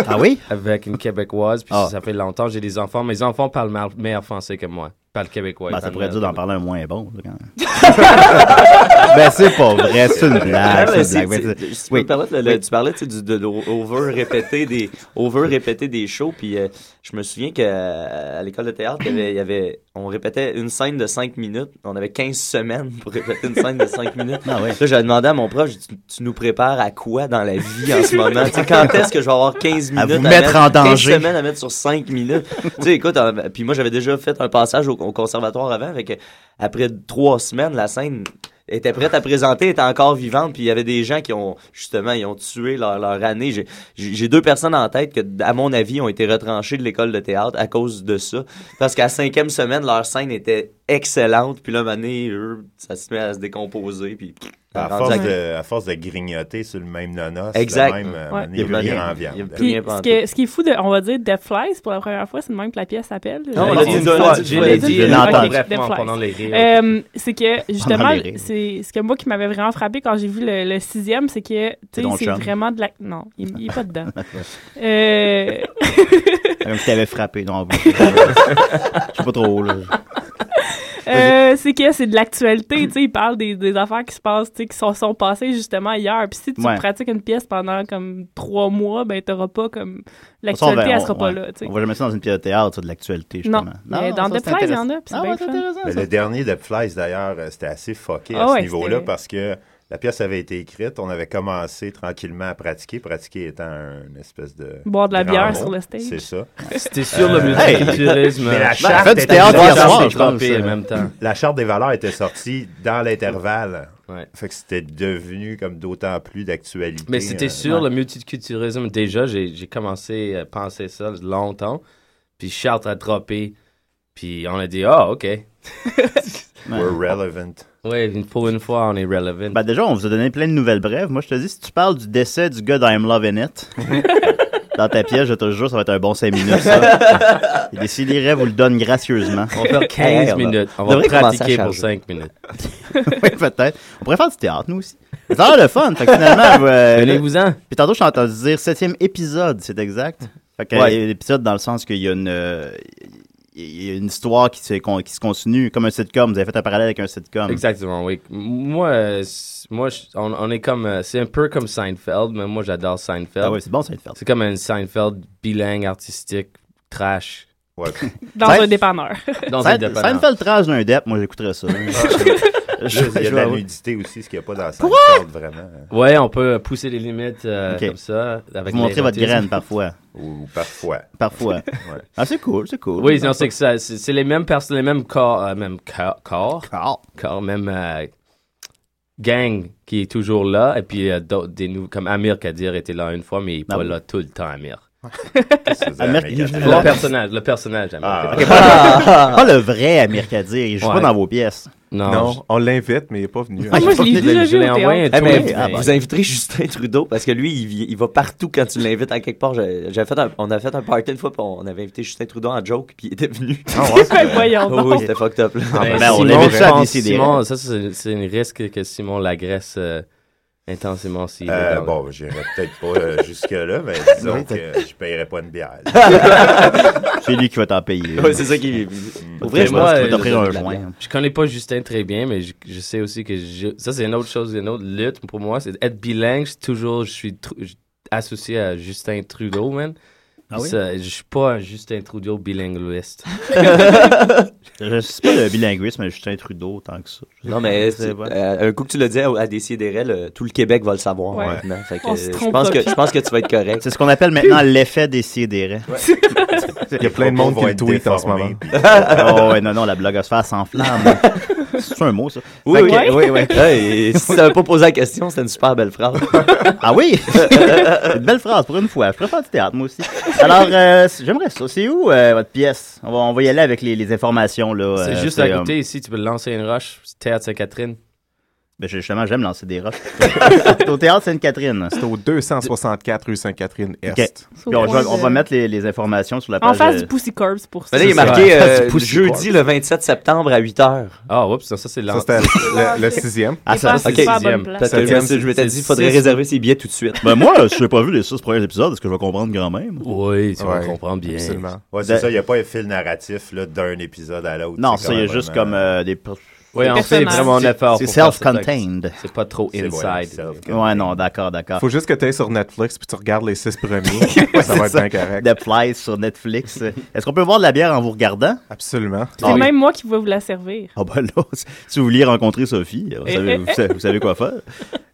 Speaker 4: Ah oui?
Speaker 8: avec une Québécoise, puis
Speaker 4: Ah.
Speaker 8: ça fait longtemps, j'ai des enfants. Mes enfants parlent mal- meilleur français que moi, parlent québécois.
Speaker 4: Ben,
Speaker 8: ils
Speaker 4: ça
Speaker 8: parlent
Speaker 4: pourrait dire
Speaker 8: meilleur
Speaker 4: d'en parler un moins bon. là, quand même. ben, c'est pas vrai, c'est une
Speaker 5: Ah,
Speaker 4: blague.
Speaker 5: mais
Speaker 4: C'est une
Speaker 5: c'est-
Speaker 4: blague.
Speaker 5: c'est- si tu
Speaker 4: Oui.
Speaker 5: me permets, le- le- tu parlais tu sais, du, de l'over répéter des over répéter des shows puis euh, je me souviens que euh, à l'école de théâtre il y avait- il y avait on répétait une scène de 5 minutes on avait 15 semaines pour répéter une scène de 5 minutes
Speaker 4: Ah ouais.
Speaker 5: là j'avais demandé à mon prof j'ai dit, tu, tu nous prépares à quoi dans la vie en ce moment Tu sais, quand est-ce que je vais avoir 15 minutes
Speaker 4: À vous mettre en
Speaker 5: 15
Speaker 4: danger.
Speaker 5: semaines à mettre sur 5 minutes tu sais écoute euh, puis moi j'avais déjà fait un passage au, au conservatoire avant avec après trois semaines, la scène était prête à présenter, était encore vivante, puis il y avait des gens qui ont, justement, ils ont tué leur, leur année. J'ai- J'ai j'ai deux personnes en tête que, à mon avis, ont été retranchées de l'école de théâtre à cause de ça. Parce qu'à cinquième semaine, leur scène était excellente, puis là, une année, eux, ça se met à se décomposer, puis
Speaker 7: À
Speaker 5: Rendu
Speaker 7: force,
Speaker 5: à-
Speaker 7: de, à force de grignoter sur le même nanas,
Speaker 5: Exact.
Speaker 7: le même, euh,
Speaker 6: Ouais.
Speaker 7: il
Speaker 5: Il y a
Speaker 7: vire en
Speaker 5: rien.
Speaker 7: viande.
Speaker 5: Il y a-
Speaker 6: Puis,
Speaker 5: Rien
Speaker 6: ce,
Speaker 5: pensé.
Speaker 6: que- ce qui est fou de, on va dire Death Flies pour la première fois, c'est de même que la pièce s'appelle.
Speaker 5: Non, on
Speaker 6: Je-
Speaker 5: l'a dit une fois,
Speaker 6: je
Speaker 5: je
Speaker 6: l'ai
Speaker 5: l'ai
Speaker 6: dit
Speaker 5: dit.
Speaker 6: une
Speaker 4: Je
Speaker 6: fois.
Speaker 4: l'entends.
Speaker 6: Ok, Death
Speaker 8: Bref,
Speaker 6: Flies.
Speaker 8: pendant les rires.
Speaker 6: Euh, c'est que justement,
Speaker 4: les rires.
Speaker 6: c'est ce que moi qui m'avait vraiment frappé quand j'ai vu le, le sixième, c'est que tu sais,
Speaker 4: ton
Speaker 6: c'est
Speaker 4: chum.
Speaker 6: vraiment de la. Non, il, il est pas dedans. Euh,
Speaker 4: Comme si t'avais frappé. Non, je sais pas trop. Là.
Speaker 6: euh, c'est que c'est de l'actualité, tu sais, il parle des, des affaires qui se passent, tu sais, qui sont, sont passées justement hier. Puis si tu
Speaker 4: Ouais.
Speaker 6: pratiques une pièce pendant comme trois mois, ben t'auras pas comme
Speaker 4: Ça, on va-
Speaker 6: l'actualité, elle
Speaker 4: on-
Speaker 6: sera pas
Speaker 4: ouais.
Speaker 6: là, tu sais.
Speaker 4: On va jamais ça dans une pièce de théâtre, ça, de l'actualité, justement.
Speaker 6: Non, mais dans
Speaker 4: ça,
Speaker 6: Dead
Speaker 4: c'est
Speaker 6: Flies, il y
Speaker 4: intéressant.
Speaker 6: en a, puis c'est
Speaker 4: Ah
Speaker 6: bien
Speaker 4: ouais,
Speaker 6: le
Speaker 4: c'est
Speaker 6: fun.
Speaker 4: intéressant.
Speaker 7: Mais
Speaker 4: ça.
Speaker 7: Ben, le dernier de Flies, d'ailleurs, euh, c'était assez fucké
Speaker 6: Ah
Speaker 7: à ce
Speaker 6: ouais,
Speaker 7: niveau-là
Speaker 6: c'était-
Speaker 7: parce que la pièce avait été écrite. On avait commencé tranquillement à pratiquer. Pratiquer étant une espèce de.
Speaker 6: Boire de la
Speaker 7: grand
Speaker 6: bière
Speaker 7: mot,
Speaker 6: sur le stage.
Speaker 7: C'est ça.
Speaker 8: C'était sur
Speaker 4: Euh,
Speaker 8: le multiculturalisme.
Speaker 7: Mais la
Speaker 8: euh,
Speaker 7: charte
Speaker 4: fait, Ben, du
Speaker 7: était
Speaker 4: théâtre
Speaker 7: sortie-
Speaker 4: hier soir,
Speaker 8: c'est
Speaker 4: je pense,
Speaker 8: trompé
Speaker 4: euh,
Speaker 8: en même temps.
Speaker 7: La charte des valeurs était sortie dans l'intervalle.
Speaker 8: Ouais.
Speaker 7: Fait que c'était devenu comme d'autant plus d'actualité.
Speaker 8: Mais c'était
Speaker 7: euh,
Speaker 8: sur le multiculturalisme. Déjà, j'ai j'ai commencé à penser ça longtemps. Puis Charles a droppé. Puis on a dit, ah, OK.
Speaker 7: We're relevant.
Speaker 8: Ouais, une- pour une fois, on est relevant.
Speaker 4: Ben déjà, on vous a donné plein de nouvelles brèves. Moi, je te dis, si tu parles du décès du gars d'I'm Loving It, dans ta pièce, je te jure, ça va être un bon 5 minutes, ça. Et les Sidérés vous le donnent gracieusement.
Speaker 8: on va faire 15
Speaker 5: Hey, on va-
Speaker 8: minutes. On
Speaker 5: on
Speaker 8: va
Speaker 5: devrait commencer à
Speaker 8: pratiquer pour
Speaker 5: charger.
Speaker 8: 5 minutes.
Speaker 4: oui, peut-être. On pourrait faire du théâtre, nous aussi. Mais Ça a l'air le fun. Fait que finalement, euh,
Speaker 8: Venez-vous-en.
Speaker 4: Puis tantôt, je t'ai entendu dire septième épisode, c'est exact. Fait que
Speaker 5: Ouais.
Speaker 4: euh, l'épisode dans le sens qu'il y a une, euh, il y a une histoire qui se, con- qui se continue, comme un sitcom. Vous avez fait un parallèle avec un sitcom.
Speaker 8: Exactement, oui. Moi, euh, c- moi je- on, on est comme. euh, C'est un peu comme Seinfeld, mais moi, j'adore Seinfeld.
Speaker 4: Ah oui, c'est bon, ça va être fait.
Speaker 8: C'est comme un Seinfeld bilingue, artistique, trash.
Speaker 7: Ouais.
Speaker 6: Dans
Speaker 4: Ça-
Speaker 6: un dépanneur.
Speaker 8: Dans
Speaker 4: Ça
Speaker 8: un
Speaker 4: ça
Speaker 8: dépanneur.
Speaker 4: me fait le trash d'un dep, moi j'écouterais ça.
Speaker 7: Ah,
Speaker 4: Je-
Speaker 7: Là, il y
Speaker 4: je
Speaker 7: a de la
Speaker 4: vais-
Speaker 7: nudité aussi, ce qu'il n'y a pas dans Seinfeld, vraiment. hein,
Speaker 8: Ouais, on peut pousser les limites euh,
Speaker 4: Ok.
Speaker 8: comme ça. Avec
Speaker 4: Vous
Speaker 8: les
Speaker 4: montrez votre
Speaker 8: autismes.
Speaker 4: graine parfois.
Speaker 7: Ou parfois.
Speaker 4: Parfois. Ah, c'est cool, c'est cool.
Speaker 8: Oui, non, c'est que ça. C'est c'est les mêmes personnes, les mêmes corps, euh, même corps, corps,
Speaker 4: Ah,
Speaker 8: corps, même euh, gang qui est toujours là. Et puis, euh, d'autres- des nouveaux, comme Amir Kadir était là une fois, mais il n'est
Speaker 4: Ah
Speaker 8: pas
Speaker 4: oui.
Speaker 8: là tout le temps, Amir.
Speaker 7: Qu'est-ce que c'est,
Speaker 4: Amérique-
Speaker 7: Amérique?
Speaker 4: je-
Speaker 8: Le personnage, le personnage, Amir.
Speaker 7: Ah,
Speaker 8: Kadir.
Speaker 7: ouais.
Speaker 4: pas le vrai Amir Kadir, il joue
Speaker 8: Ouais.
Speaker 4: pas dans vos pièces.
Speaker 8: Non, je-
Speaker 9: Non, on l'invite, mais il n'est pas venu.
Speaker 6: Ah, moi, je l'ai
Speaker 8: je l'ai-
Speaker 6: déjà
Speaker 8: je
Speaker 6: vu
Speaker 8: l'ai
Speaker 6: au
Speaker 8: envoyé
Speaker 6: théâtre.
Speaker 5: Eh
Speaker 8: un
Speaker 5: ben,
Speaker 8: tweet,
Speaker 5: ah,
Speaker 8: mais-
Speaker 5: Vous inviterez Justin Trudeau parce que lui, il, vi- il va partout quand tu l'invites à quelque part. Je- j'avais fait un- on a fait un party une fois, puis on avait invité Justin Trudeau en joke, puis il était venu.
Speaker 6: Ben,
Speaker 4: euh,
Speaker 6: voyons
Speaker 5: Oh
Speaker 6: donc.
Speaker 5: oui, c'était fucked up. là.
Speaker 8: Ben,
Speaker 4: ben, on
Speaker 8: Simon,
Speaker 4: l'invite
Speaker 8: je
Speaker 4: ça à
Speaker 8: pense,
Speaker 4: décider.
Speaker 8: Simon, ça, c'est c'est un risque que Simon l'agresse euh, intensément. s'il est
Speaker 7: Euh,
Speaker 8: dans-
Speaker 7: bon, j'irai peut-être pas euh, jusque-là, mais disons que euh, je payerais pas une bière.
Speaker 4: C'est lui qui va t'en payer.
Speaker 5: Ouais, c'est ça qui.
Speaker 4: Au vrai, je
Speaker 8: Moi,
Speaker 4: pense qu'il va
Speaker 8: euh,
Speaker 4: t'offrir
Speaker 5: je-
Speaker 4: un
Speaker 5: je-
Speaker 4: joint.
Speaker 8: Je connais pas Justin très bien, mais je, je sais aussi que je- ça, c'est une autre chose, une autre lutte pour moi. C'est être bilingue, c'est toujours, je suis tru- je- associé à Justin Trudeau, man.
Speaker 4: Ah oui?
Speaker 8: Ça, je suis pas un Justin Trudeau bilinguiste.
Speaker 4: Je suis pas le bilinguiste, mais Justin Trudeau, tant que ça.
Speaker 5: Non, mais
Speaker 4: Je sais
Speaker 5: c'est-
Speaker 4: pas.
Speaker 5: euh, un coup que tu le dis à, à Décideret, le- tout le Québec va le savoir
Speaker 6: Ouais.
Speaker 5: maintenant. Fait que, euh,
Speaker 6: On se
Speaker 5: je,
Speaker 6: trompe
Speaker 5: pense
Speaker 6: pas.
Speaker 5: que, je pense que tu vas être correct.
Speaker 4: C'est ce qu'on appelle maintenant l'effet des sidérés.
Speaker 7: Il
Speaker 9: y a plein de monde qui le tweet en ce moment.
Speaker 4: Oh, ouais, non, non, la blogosphère s'enflamme. C'est un mot, ça.
Speaker 5: Oui,
Speaker 4: Fait
Speaker 5: oui,
Speaker 4: que-
Speaker 5: oui. oui. Ouais, et si tu n'avais pas posé la question, c'était une super belle phrase.
Speaker 4: Ah oui! C'est une belle phrase pour une fois. Je préfère du théâtre, moi aussi. Alors, euh, c- j'aimerais ça. C'est où euh, votre pièce? On va, on va y aller avec les, les informations. là.
Speaker 8: c'est
Speaker 4: Euh,
Speaker 8: juste à
Speaker 4: euh,
Speaker 8: côté ici, tu peux lancer une roche, c'est Théâtre Sainte-Catherine.
Speaker 4: ben, justement, j'aime lancer des roches. C'est au théâtre Sainte-Catherine.
Speaker 9: C'est au 264 rue Sainte-Catherine-Est.
Speaker 4: Ok. Puis on, va, on va mettre les, les informations sur la
Speaker 6: En
Speaker 4: page.
Speaker 6: face
Speaker 4: euh,
Speaker 6: du Pussy Corps pour ça.
Speaker 5: Mais là, il est
Speaker 8: ça.
Speaker 5: marqué
Speaker 8: Ouais.
Speaker 5: euh,
Speaker 8: Du pouce
Speaker 5: jeudi le 27 septembre à 8 h.
Speaker 8: Ah, oups, ça, ça, c'est
Speaker 9: Ça,
Speaker 8: lancé.
Speaker 9: c'était le, le sixième.
Speaker 4: Ah,
Speaker 6: Il
Speaker 4: ça,
Speaker 6: passe
Speaker 5: ok.
Speaker 6: pas à bonne
Speaker 8: Dixième.
Speaker 6: place.
Speaker 5: Parce que je,
Speaker 9: Septième,
Speaker 5: me suis- je m'étais
Speaker 8: c'est
Speaker 5: dit, il faudrait
Speaker 8: six.
Speaker 5: réserver ses billets tout de suite.
Speaker 4: Ben moi, je n'ai pas vu les six premiers épisodes, parce que je vais comprendre quand même.
Speaker 8: Oui, tu vas
Speaker 9: Ouais.
Speaker 8: comprendre bien.
Speaker 9: Absolument.
Speaker 7: Ouais, c'est
Speaker 4: De-
Speaker 7: ça, il n'y a pas un fil narratif là, d'un épisode à l'autre.
Speaker 4: Non,
Speaker 7: C'est
Speaker 4: ça, il y a
Speaker 7: quand
Speaker 4: juste
Speaker 7: même,
Speaker 4: comme
Speaker 7: euh,
Speaker 4: euh, des...
Speaker 8: Oui, on fait
Speaker 6: Personnage.
Speaker 8: vraiment un effort.
Speaker 4: C'est
Speaker 8: pour faire ça.
Speaker 4: self-contained.
Speaker 8: C'est pas trop
Speaker 7: c'est vrai,
Speaker 8: inside.
Speaker 7: self-contained.
Speaker 4: Ouais, non, d'accord, d'accord.
Speaker 9: Faut juste que tu ailles sur Netflix puis tu regardes les six premiers. ça va être bien correct.
Speaker 4: The Flies sur Netflix. Est-ce qu'on peut boire de la bière en vous regardant?
Speaker 9: Absolument.
Speaker 6: C'est même moi qui vais vous la servir.
Speaker 4: Ah ben là, si vous vouliez rencontrer Sophie, vous savez, vous savez- vous savez quoi faire.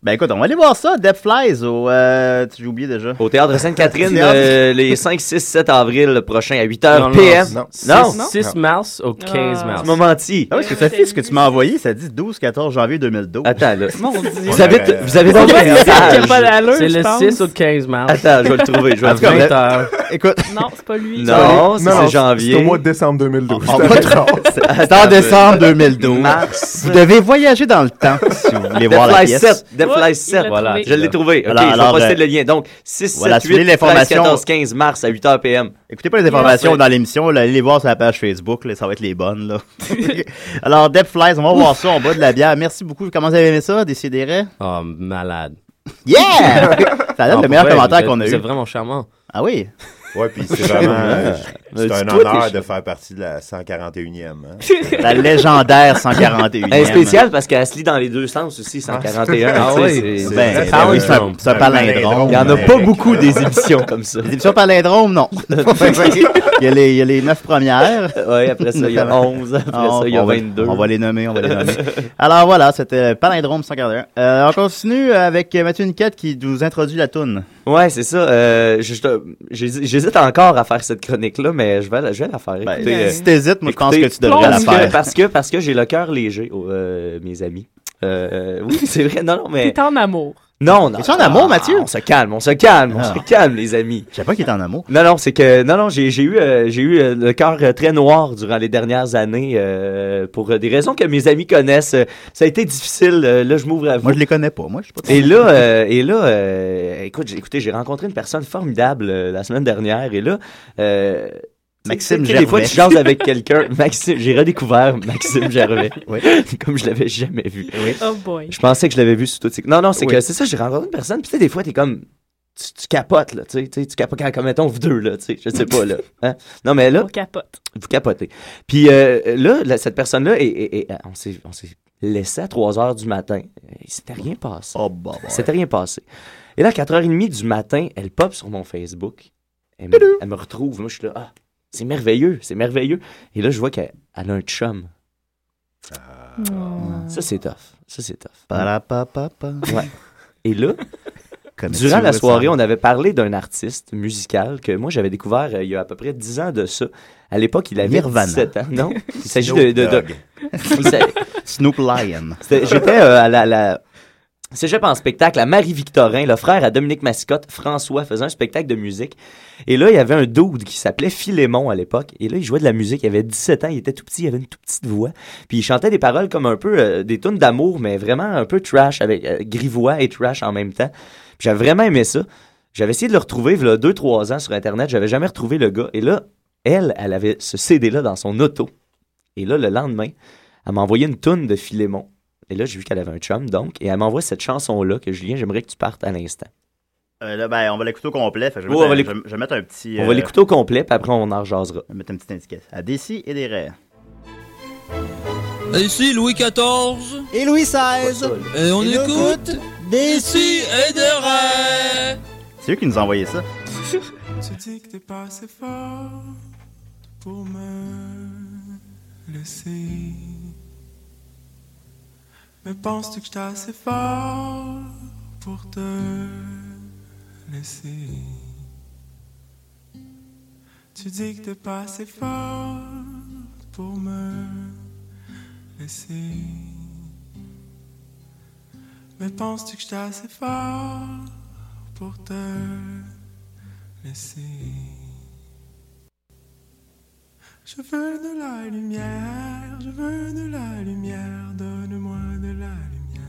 Speaker 4: Ben écoute, on va aller voir ça, Dead Flies, au. euh, tu- J'ai oublié déjà.
Speaker 6: Ah
Speaker 5: Au Théâtre Sainte-Catherine,
Speaker 4: Théâtre.
Speaker 5: euh, les 5, 6, 7 avril le prochain à 8
Speaker 8: Non,
Speaker 5: h
Speaker 8: non,
Speaker 5: PM.
Speaker 7: non.
Speaker 5: Euh, Non,
Speaker 8: 6 mars au 15
Speaker 6: Ah.
Speaker 5: tu
Speaker 8: mars.
Speaker 5: m'as menti.
Speaker 4: Ah oui, parce que Sophie, ce que tu m'as envoyé, ça dit 12-14 janvier 2012.
Speaker 5: Attends, là. Vous
Speaker 7: On
Speaker 5: avez,
Speaker 7: aurait-
Speaker 5: vous avez
Speaker 6: C'est
Speaker 5: trouvé un
Speaker 6: ça qui a
Speaker 5: message.
Speaker 6: pas d'allure,
Speaker 8: C'est le
Speaker 6: je pense.
Speaker 8: 6 au 15 mars.
Speaker 5: Attends, je vais le trouver. Je vais
Speaker 8: à
Speaker 5: le trouver.
Speaker 8: 20h.
Speaker 4: Écoute,
Speaker 6: Non, c'est pas lui.
Speaker 5: Non, ça, c'est janvier.
Speaker 9: C'est au mois de décembre 2012.
Speaker 4: on
Speaker 9: C'est
Speaker 4: va
Speaker 9: avec-
Speaker 4: te- Ah, c'est en décembre 2012.
Speaker 5: Mars.
Speaker 4: Vous devez voyager dans le temps si vous voulez voir la
Speaker 5: Deadfly
Speaker 4: pièce.
Speaker 5: 7.
Speaker 6: Ouais, il
Speaker 5: Deadfly 7.
Speaker 6: l'a
Speaker 8: voilà.
Speaker 6: trouvé.
Speaker 5: Je l'ai trouvé. Ok,
Speaker 4: Alors,
Speaker 5: je
Speaker 4: alors,
Speaker 5: vais poster
Speaker 4: euh,
Speaker 5: le lien. Donc, 6,
Speaker 4: voilà,
Speaker 5: 7,
Speaker 4: si vous voulez
Speaker 5: 8, 13,
Speaker 4: l'information-
Speaker 5: 14, 15 mars à 8 h PM.
Speaker 4: Écoutez pas les informations dans l'émission, là, allez les voir sur la page Facebook, là, ça va être les bonnes. Là. Alors, Dead Flies, on va voir ça, on boit de la bière. Merci beaucoup. Comment vous avez aimé ça, Décidérez?
Speaker 8: Oh, malade.
Speaker 4: Yeah! ça donne
Speaker 8: Non,
Speaker 4: le meilleur
Speaker 8: Ah, pour
Speaker 4: commentaire
Speaker 8: vrai, vous
Speaker 4: qu'on a
Speaker 8: êtes- Vous
Speaker 4: eu.
Speaker 8: êtes vraiment charmant.
Speaker 4: Ah oui?
Speaker 7: Ouais, puis c'est vraiment. euh, c'est un
Speaker 4: Dis-toi tes
Speaker 7: honneur
Speaker 4: choses.
Speaker 7: de faire partie de la 141e. hein.
Speaker 4: La légendaire 141e.
Speaker 5: Un spécial parce qu'elle se lit dans les deux sens aussi, 141.
Speaker 8: Ah
Speaker 5: tu sais,
Speaker 8: oui.
Speaker 5: c'est-
Speaker 4: Ben,
Speaker 7: C'est-
Speaker 4: c'est un-
Speaker 8: oui,
Speaker 4: c'est un, c'est un
Speaker 7: un
Speaker 4: palindrome.
Speaker 7: palindrome.
Speaker 5: Il y en a
Speaker 7: Ben,
Speaker 5: pas
Speaker 7: ben,
Speaker 5: beaucoup des émissions comme ça.
Speaker 4: Les émissions palindrome, non. il, y a les, il y a les neuf premières.
Speaker 5: Oui, après ça, il y a 11. Après
Speaker 4: On-
Speaker 5: ça, il y a
Speaker 4: Ah, on va-
Speaker 5: 22.
Speaker 4: on va les nommer, on va les nommer. Alors voilà, c'était Palindrome 141. Euh, on continue avec euh, Mathieu Niquette qui nous introduit la toune.
Speaker 5: Ouais, c'est ça. Euh, je- je- j'hésite j'hésite encore à faire cette chronique-là, mais je vais, la- je vais la faire.
Speaker 4: Ben,
Speaker 5: Écoutez, euh,
Speaker 4: si t'hésites, moi je pense que
Speaker 5: écoutez,
Speaker 4: tu devrais la
Speaker 5: parce que-
Speaker 4: faire.
Speaker 5: Parce que, parce que j'ai le cœur léger, oh, euh, mes amis. Euh, oui, c'est vrai. Non, non, mais.
Speaker 6: T'es en amour.
Speaker 5: Non, non.
Speaker 4: T'es-tu en amour,
Speaker 5: Ah,
Speaker 4: Mathieu?
Speaker 5: On se calme, on se calme, on
Speaker 4: Ah.
Speaker 5: se calme, les amis.
Speaker 4: Je sais pas qu'il est en amour.
Speaker 5: Non, non, c'est que non, non, j'ai j'ai eu, euh, j'ai eu euh, le cœur euh, très noir durant les dernières années euh, pour euh, des raisons que mes amis connaissent. Euh, ça a été difficile. euh, là, je m'ouvre à vous.
Speaker 4: Moi je les connais pas, moi je suis pas
Speaker 5: Et là, euh, et là, euh, écoute, j'ai- écoutez, j'ai rencontré une personne formidable euh, la semaine dernière, et là, euh,
Speaker 4: Maxime
Speaker 5: tu sais, Des fois,
Speaker 4: Gervais.
Speaker 5: tu jases avec quelqu'un. Maxime, j'ai redécouvert Maxime Gervais,
Speaker 4: Oui.
Speaker 5: comme je l'avais jamais vu.
Speaker 6: Oh boy.
Speaker 5: Je pensais que je l'avais vu sous toutes ses... Non, non, c'est
Speaker 4: Oui.
Speaker 5: que c'est ça, j'ai rencontré une personne, puis tu sais, des fois, t'es comme... Tu, tu capotes, là, tu sais, tu sais, tu capotes quand, comme, mettons, vous deux, là, tu sais, je sais pas, là. hein. Non, mais là,
Speaker 6: On capote.
Speaker 5: vous capotez. Puis euh, là, là, cette personne-là, est- est- est- euh, on s'est on s'est laissé à 3 heures du matin. Euh, Il s'était rien passé.
Speaker 4: Oh, bah, bah.
Speaker 5: C'était rien passé. Et là, à 4h30 du matin, elle pop sur mon Facebook. Elle me, elle me retrouve. Moi, je suis là, ah, c'est merveilleux, c'est merveilleux. Et là, je vois qu'elle elle a un chum.
Speaker 4: Ah.
Speaker 5: Ça, c'est tough. Ça, c'est tough.
Speaker 4: Parapapapa.
Speaker 5: Et là,
Speaker 4: Comme
Speaker 5: durant
Speaker 4: tu
Speaker 5: la
Speaker 4: veux
Speaker 5: soirée,
Speaker 4: ça.
Speaker 5: on avait parlé d'un artiste musical que moi, j'avais découvert euh, il y a à peu près 10 ans de ça. À l'époque, il avait
Speaker 4: Nirvana.
Speaker 5: 17 ans. Non, il s'agit de... de- de-
Speaker 7: Dog.
Speaker 5: il s'a-
Speaker 4: Snoop Lion.
Speaker 5: C'était- J'étais euh, à la, la cégep en spectacle à Marie-Victorin, le frère à Dominique Mascotte, François, faisait un spectacle de musique. Et là, il y avait un dude qui s'appelait Philémon à l'époque. Et là, il jouait de la musique. Il avait 17 ans, il était tout petit, il avait une toute petite voix. Puis il chantait des paroles comme un peu euh, des tunes d'amour, mais vraiment un peu trash, avec euh, grivois et trash en même temps. Puis j'avais vraiment aimé ça. J'avais essayé de le retrouver, il y a 2-3 ans sur Internet. J'avais jamais retrouvé le gars. Et là, elle, elle avait ce CD-là dans son auto. Et là, le lendemain, elle m'a envoyé une toune de Philémon. Et là, j'ai vu qu'elle avait un chum, donc, et elle m'envoie cette chanson-là que Julien, j'aimerais que tu partes à l'instant.
Speaker 4: Euh, là, ben, on va l'écouter au complet. Fait que je, vais
Speaker 5: Ouais, on va
Speaker 4: mettre un-
Speaker 5: l'écouter.
Speaker 4: je vais- je vais mettre un petit.
Speaker 5: On
Speaker 4: euh,
Speaker 5: va l'écouter au complet, puis après, on en jasera.
Speaker 4: Je vais mettre une petite indication. À Décis et des raies.
Speaker 3: Ici Louis XIV,
Speaker 4: Et Louis
Speaker 5: Ça,
Speaker 4: XVI.
Speaker 5: là.
Speaker 3: et on
Speaker 4: Et nous
Speaker 3: écoute D'ici et de Ré.
Speaker 4: C'est eux qui nous ont envoyé ça.
Speaker 10: Tu dis que t'es pas assez fort pour me laisser. Mais penses-tu que j'étais assez fort pour te laisser? Tu dis que t'es pas assez fort pour me laisser. Mais penses-tu que j'étais assez fort pour te laisser. Je veux de la lumière, je veux de la lumière, donne-moi de la lumière.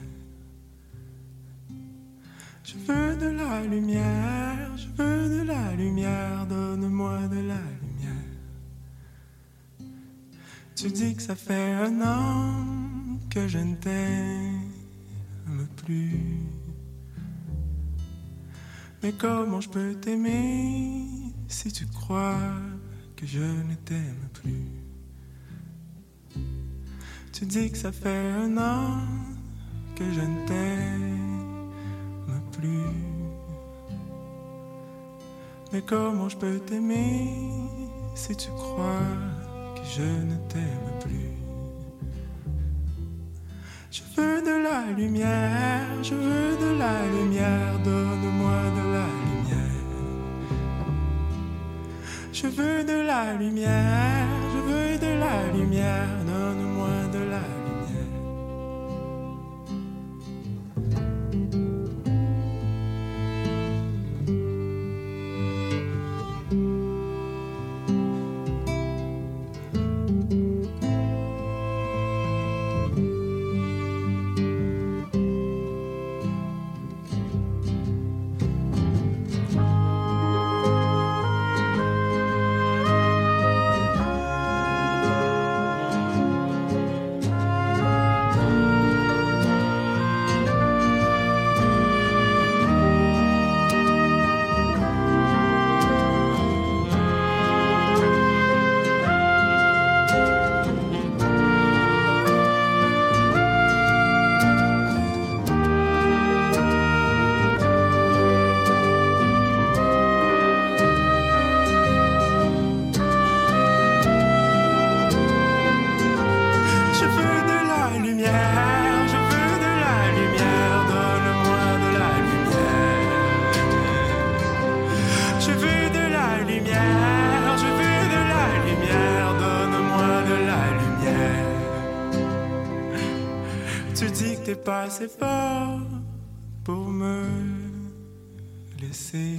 Speaker 10: Je veux de la lumière, je veux de la lumière, donne-moi de la lumière. Tu dis que ça fait un an que je ne t'aime plus. Mais comment je peux t'aimer si tu crois que je ne t'aime plus Tu dis que ça fait un an que je ne t'aime plus. Mais comment je peux t'aimer si tu crois que je ne t'aime plus Je veux de la lumière, je veux de la lumière, donne-moi de la lumière. Je veux de la lumière, je veux de la lumière, donne-moi de la lumière. Je veux de la lumière, je veux de la lumière, donne-moi de la lumière. Je veux de la lumière, je veux de la lumière, donne-moi de la lumière. Tu dis que t'es pas assez fort pour me laisser.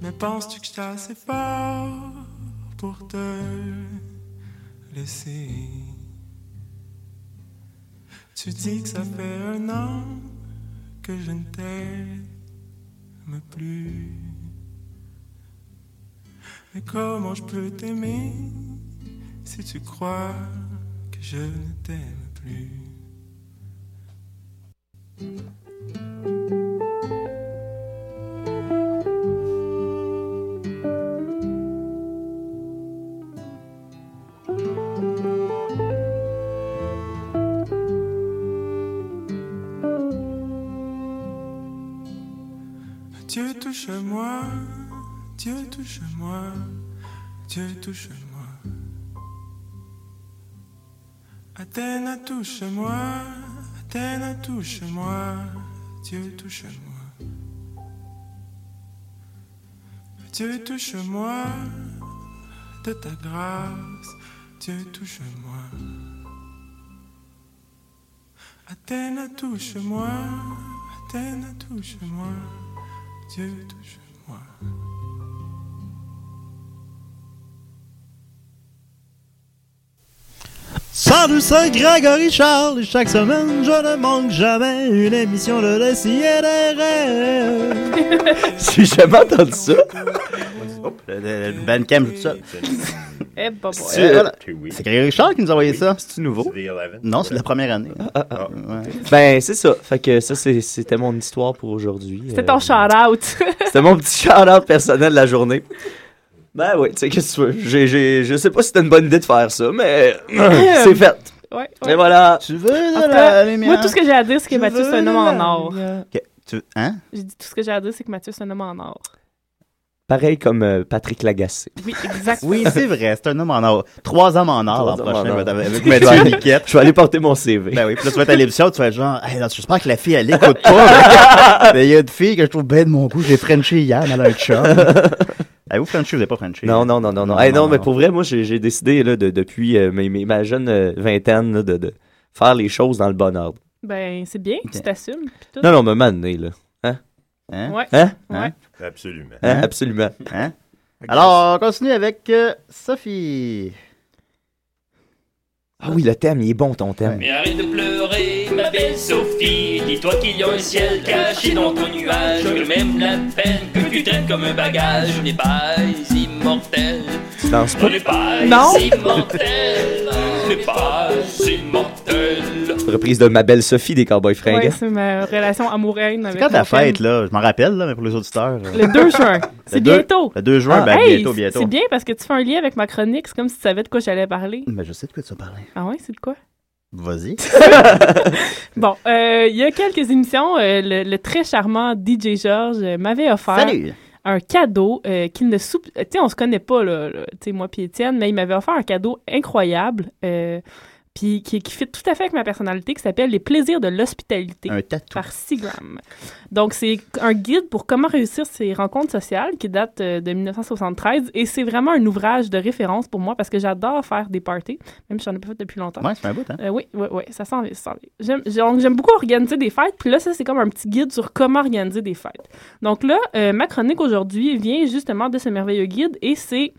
Speaker 10: Mais penses-tu que je suis assez fort pour te laisser. Tu dis que ça fait un an que je ne t'aime plus. Mais comment je peux t'aimer si tu crois que je ne t'aime plus? Dieu touche-moi, Dieu touche-moi, Dieu touche-moi. Athéna touche-moi, Athéna touche-moi, Dieu touche-moi. Dieu touche-moi de ta grâce, Dieu touche-moi. Athéna touche-moi, Athéna touche-moi, Dieu touche-moi.
Speaker 11: Salut, c'est Grégory Charles. et Chaque semaine, je ne manque jamais une émission de Récits et des rêves.
Speaker 5: J'ai jamais entendu ça.
Speaker 4: Oups, le, le- le Bandcamp, tout ça.
Speaker 6: Eh, bah, bah.
Speaker 4: C'est euh, voilà. C'est Grégory Charles qui nous a envoyé ça. C'est nouveau. Non, c'est la première année.
Speaker 5: Ben, c'est ça. Fait que ça, c'est- c'était mon histoire pour aujourd'hui.
Speaker 6: C'était
Speaker 5: Euh,
Speaker 6: ton shout-out.
Speaker 5: C'était mon petit shout-out personnel de la journée. Ben oui, tu sais, qu'est-ce que tu veux? J'ai- j'ai- je sais pas si c'était une bonne idée de faire ça, mais c'est fait.
Speaker 6: Ouais,
Speaker 5: Et voilà.
Speaker 4: Tu veux de
Speaker 6: En tout
Speaker 4: la
Speaker 6: cas,
Speaker 4: lumière?
Speaker 6: moi, tout ce que j'ai à dire, c'est que
Speaker 4: Je
Speaker 6: Mathieu, c'est
Speaker 4: veux
Speaker 6: un homme
Speaker 4: de
Speaker 6: en
Speaker 4: la
Speaker 6: or.
Speaker 4: Ok, tu- Hein?
Speaker 6: J'ai dit tout ce que j'ai à dire, c'est que Mathieu, c'est un homme en or.
Speaker 5: Pareil comme euh, Patrick Lagacé.
Speaker 6: Oui, exact.
Speaker 4: Oui, c'est vrai, c'est un homme en or. Trois hommes en or l'an
Speaker 5: Trois hommes en
Speaker 4: prochain
Speaker 5: or.
Speaker 4: avec- avec
Speaker 5: Je vais aller-
Speaker 4: Mathieu Niquette.
Speaker 5: Je vais aller porter mon CV.
Speaker 4: Ben oui, puis là, tu vas être à l'émission, tu vas être genre, hey, là, j'espère que la fille, elle écoute pas. mais- Mais il y a une fille que je trouve belle de mon goût, j'ai Frenché hier, mais elle a un chum. Ah, vous, Frenché, vous n'avez pas Frenché?
Speaker 5: Non, non, non, non, non.
Speaker 4: Non,
Speaker 5: Hey, non,
Speaker 4: non,
Speaker 5: mais
Speaker 4: non.
Speaker 5: pour vrai, moi, j'ai j'ai décidé là, de, depuis euh, mes- mes- ma jeune euh, vingtaine là, de, de faire les choses dans le bon ordre.
Speaker 6: Ben, c'est bien, tu t'assumes. pis tout.
Speaker 5: Non, non, me maner, là. Hein?
Speaker 4: Hein?
Speaker 6: Ouais.
Speaker 5: Hein?
Speaker 6: Ouais.
Speaker 7: Absolument.
Speaker 5: Hein? Absolument.
Speaker 4: Hein? Alors, on continue avec euh, Sophie.
Speaker 5: Ah oui, le thème, il est bon ton thème.
Speaker 3: Mais arrête de pleurer, ma belle Sophie. Dis-toi qu'il y a un ciel caché dans ton nuage. Que même la peine que tu traînes comme un bagage n'est pas immortelle.
Speaker 5: Tu danses
Speaker 3: On
Speaker 5: pas?
Speaker 3: n'est pas
Speaker 6: Non.
Speaker 3: immortel. On n'est pas immortel.
Speaker 5: Reprise de ma belle Sophie des Cowboys
Speaker 6: Ouais,
Speaker 5: fringants.
Speaker 6: c'est ma relation amoureuse avec
Speaker 4: C'est quand
Speaker 6: mon
Speaker 4: ta
Speaker 6: chum.
Speaker 4: fête, là? Je m'en rappelle, là, mais pour les auditeurs. euh,
Speaker 6: Le 2 juin. C'est
Speaker 4: deux-
Speaker 6: bientôt.
Speaker 4: Le 2 juin,
Speaker 5: Ah,
Speaker 4: ben,
Speaker 6: Hey,
Speaker 4: bientôt, bientôt.
Speaker 6: C'est bien parce que tu fais un lien avec ma chronique. C'est comme si tu savais de quoi j'allais parler.
Speaker 4: Mais je sais de quoi tu as parlé.
Speaker 6: Ah ouais, c'est de quoi?
Speaker 4: Vas-y.
Speaker 6: Bon, euh, il y a quelques émissions, euh, le, le très charmant DJ Georges euh, m'avait offert
Speaker 4: Salut!
Speaker 6: un cadeau euh, qu'il ne sou... euh, Tu sais, on se connaît pas, là, là, tu sais, moi puis Étienne, mais il m'avait offert un cadeau incroyable euh, puis qui, qui fit tout à fait avec ma personnalité, qui s'appelle Les plaisirs de l'hospitalité
Speaker 4: Un tatou.
Speaker 6: par Seagram. Donc, c'est un guide pour comment réussir ses rencontres sociales qui date euh, de 1973 et c'est vraiment un ouvrage de référence pour moi parce que j'adore faire des parties, même si j'en ai pas fait depuis longtemps.
Speaker 4: Ouais, c'est un bout, hein?
Speaker 6: Euh, oui, oui, oui, ça s'en vient, ça s'en vient. J'aime, j'ai- donc, j'aime beaucoup organiser des fêtes, puis là, ça, c'est comme un petit guide sur comment organiser des fêtes. Donc là, euh, ma chronique aujourd'hui vient justement de ce merveilleux guide et c'est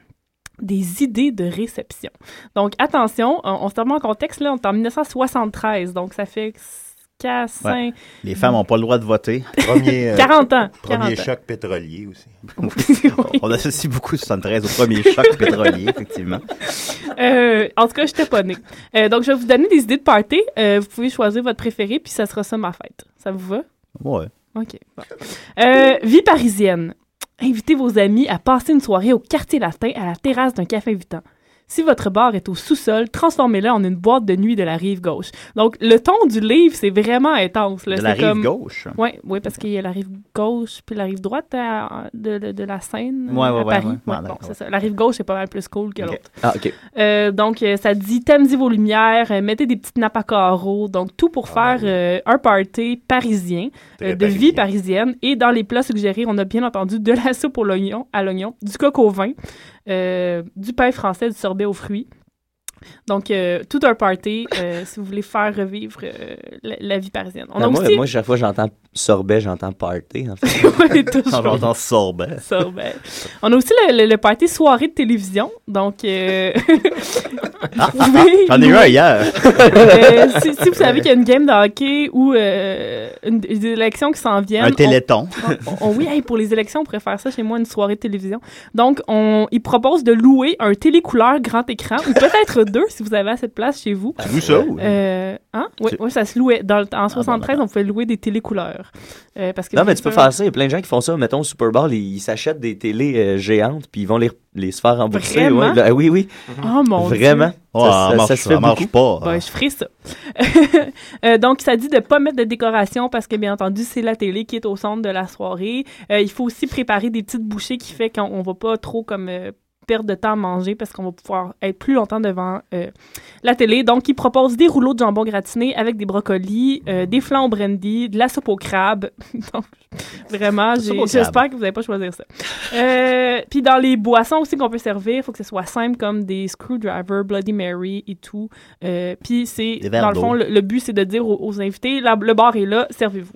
Speaker 6: des idées de réception. Donc, attention, on, on se remet en contexte, là, on est en 1973, donc ça fait 4, 5...
Speaker 4: Ouais. Les femmes n'ont pas le droit de voter.
Speaker 6: Premier, euh, 40 ans,
Speaker 7: Premier
Speaker 6: 40 ans.
Speaker 7: choc pétrolier aussi.
Speaker 4: On associe beaucoup 73 au premier choc pétrolier, effectivement.
Speaker 6: Euh, en tout cas, j'étais pas née. Euh, donc, je vais vous donner des idées de party. Euh, vous pouvez choisir votre préféré, puis ça sera ça ma fête. Ça vous va?
Speaker 4: Ouais.
Speaker 6: OK. bon. Euh, vie parisienne. Invitez vos amis à passer une soirée au quartier latin à la terrasse d'un café invitant. Si votre bar est au sous-sol, transformez-le en une boîte de nuit de la rive gauche. Donc, le ton du livre, c'est vraiment intense. là.
Speaker 4: De la
Speaker 6: C'est
Speaker 4: rive
Speaker 6: comme-
Speaker 4: gauche?
Speaker 6: Oui, ouais, parce qu'il y a la rive gauche puis la rive droite à- de, de- de la Seine
Speaker 4: Ouais,
Speaker 6: euh,
Speaker 4: ouais, ouais,
Speaker 6: à Paris.
Speaker 4: ouais.
Speaker 6: Ouais,
Speaker 4: Ah,
Speaker 6: bon,
Speaker 4: d'accord.
Speaker 6: c'est ça. La rive gauche est pas mal plus cool que l'autre.
Speaker 5: Ah, OK.
Speaker 6: Euh, donc, euh, ça dit tamisez vos lumières, euh, mettez des petites nappes à carreaux, donc tout pour
Speaker 4: Ah
Speaker 6: faire euh, un party parisien,
Speaker 7: Très
Speaker 6: euh, de vie parisienne. Et dans les plats suggérés, on a bien entendu de la soupe au l'oignon, à l'oignon, du coq au vin, euh, du pain français, du sorbet aux fruits. Donc, euh, tout un party euh, si vous voulez faire revivre euh, la, la vie parisienne. On a
Speaker 4: Ben
Speaker 5: Non, moi,
Speaker 6: aussi-
Speaker 5: moi, chaque fois que j'entends sorbet, j'entends party, en fait.
Speaker 6: Ouais, toujours.
Speaker 5: On entend
Speaker 4: sorbet.
Speaker 6: Sorbet. ben. On a aussi le, le- le party soirée de télévision. Donc, euh, oui,
Speaker 4: Ah, J'en ai eu un hier.
Speaker 6: Euh, si, si vous savez qu'il y a une game de hockey ou euh, une, des élections qui s'en viennent.
Speaker 4: Un
Speaker 6: on-
Speaker 4: téléthon.
Speaker 6: on- on- oui, hey, pour les élections, on pourrait faire ça chez moi, une soirée de télévision. Donc, on, ils proposent de louer un télécouleur grand écran, ou peut-être deux si vous avez assez de place chez vous.
Speaker 4: Tu loues ça, ou-
Speaker 6: Euh, hein? Oui, oui, ça se louait. Dans, le- en 73, on pouvait louer des télécouleurs. Euh, parce que
Speaker 5: Ah, Non, mais tu peux
Speaker 6: ça-
Speaker 5: faire ça. Il y a plein de gens qui font ça. Mettons, au Super Bowl, ils ils s'achètent des télés euh, géantes, puis ils vont les, les se faire rembourser.
Speaker 6: Vraiment?
Speaker 5: Ouais, là, oui, oui.
Speaker 6: Oh mon Dieu.
Speaker 5: Vraiment.
Speaker 4: Ouais, ça marche- ça marche pas.
Speaker 12: Bah, hein.
Speaker 6: Ben, je ferai ça. Euh, donc, ça dit de ne pas mettre de décoration parce que, bien entendu, c'est la télé qui est au centre de la soirée. Euh, il faut aussi préparer des petites bouchées qui fait qu'on ne va pas trop comme euh, perdre de temps à manger parce qu'on va pouvoir être plus longtemps devant euh, la télé. Donc, ils proposent des rouleaux de jambon gratiné avec des brocolis, euh, des flans au brandy, de la soupe au crabe. donc, vraiment,
Speaker 12: Soupe
Speaker 6: j'ai-
Speaker 12: au crabe.
Speaker 6: j'espère que vous n'allez pas choisir ça. Euh, Puis dans les boissons aussi qu'on peut servir, il faut que ce soit simple comme des screwdrivers, Bloody Mary et tout. Euh, Puis c'est,
Speaker 9: Des verres
Speaker 6: dans le fond,
Speaker 9: d'eau.
Speaker 6: le, le but c'est de dire aux, aux invités, la- le bar est là, servez-vous.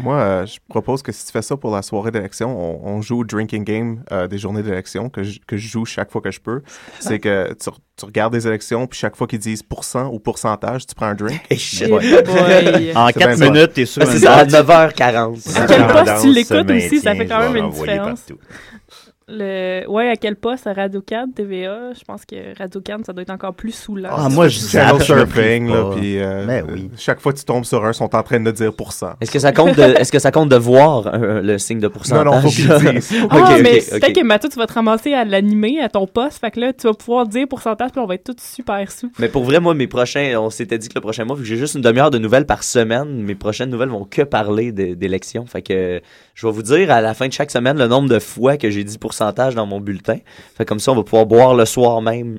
Speaker 9: Moi, euh, je propose que si tu fais ça pour la soirée d'élection, on, on joue au drinking game euh, des journées d'élection que je, que je joue chaque fois que je peux. C'est que tu, re- tu regardes les élections, puis chaque fois qu'ils disent pourcent ou pourcentage, tu prends un drink.
Speaker 5: shit.
Speaker 9: Ouais.
Speaker 5: Boy.
Speaker 4: En
Speaker 9: C'est
Speaker 4: quatre
Speaker 9: bien
Speaker 4: minutes,
Speaker 9: ça.
Speaker 4: t'es sûr.
Speaker 5: Ben,
Speaker 9: Ah, c'est
Speaker 4: une
Speaker 9: ça, à
Speaker 4: date.
Speaker 5: 9h40.
Speaker 6: À quel poste tu l'écoutes aussi, ça fait quand même une différence. Le... Ouais, à quel poste? À Radio-Can, TVA? Je pense que Radio-Can, ça doit être encore plus saoulant.
Speaker 9: Tu fais du channel surfing, là, puis euh,
Speaker 4: Ben
Speaker 9: euh, chaque fois que tu tombes sur un, ils sont en train de dire pourcent.
Speaker 5: Est-ce que ça compte de, est-ce que ça compte de voir euh, le signe de pourcentage?
Speaker 9: Non, non, faut qu'ils le disent.
Speaker 5: Ok,
Speaker 6: Ah,
Speaker 5: ok,
Speaker 6: mais
Speaker 5: ok.
Speaker 6: peut-être que Mathieu, tu vas te ramasser à l'animer à ton poste. Fait que là, tu vas pouvoir dire pourcentage, puis on va être tous super sous.
Speaker 5: Mais pour vrai, moi, mes prochains, on s'était dit que le prochain mois, vu que j'ai juste une demi-heure de nouvelles par semaine, mes prochaines nouvelles vont que parler de- d'élections. Fait que euh, je vais vous dire à la fin de chaque semaine le nombre de fois que j'ai dit pourcentage dans mon bulletin. Fait comme ça, on va pouvoir boire le soir même.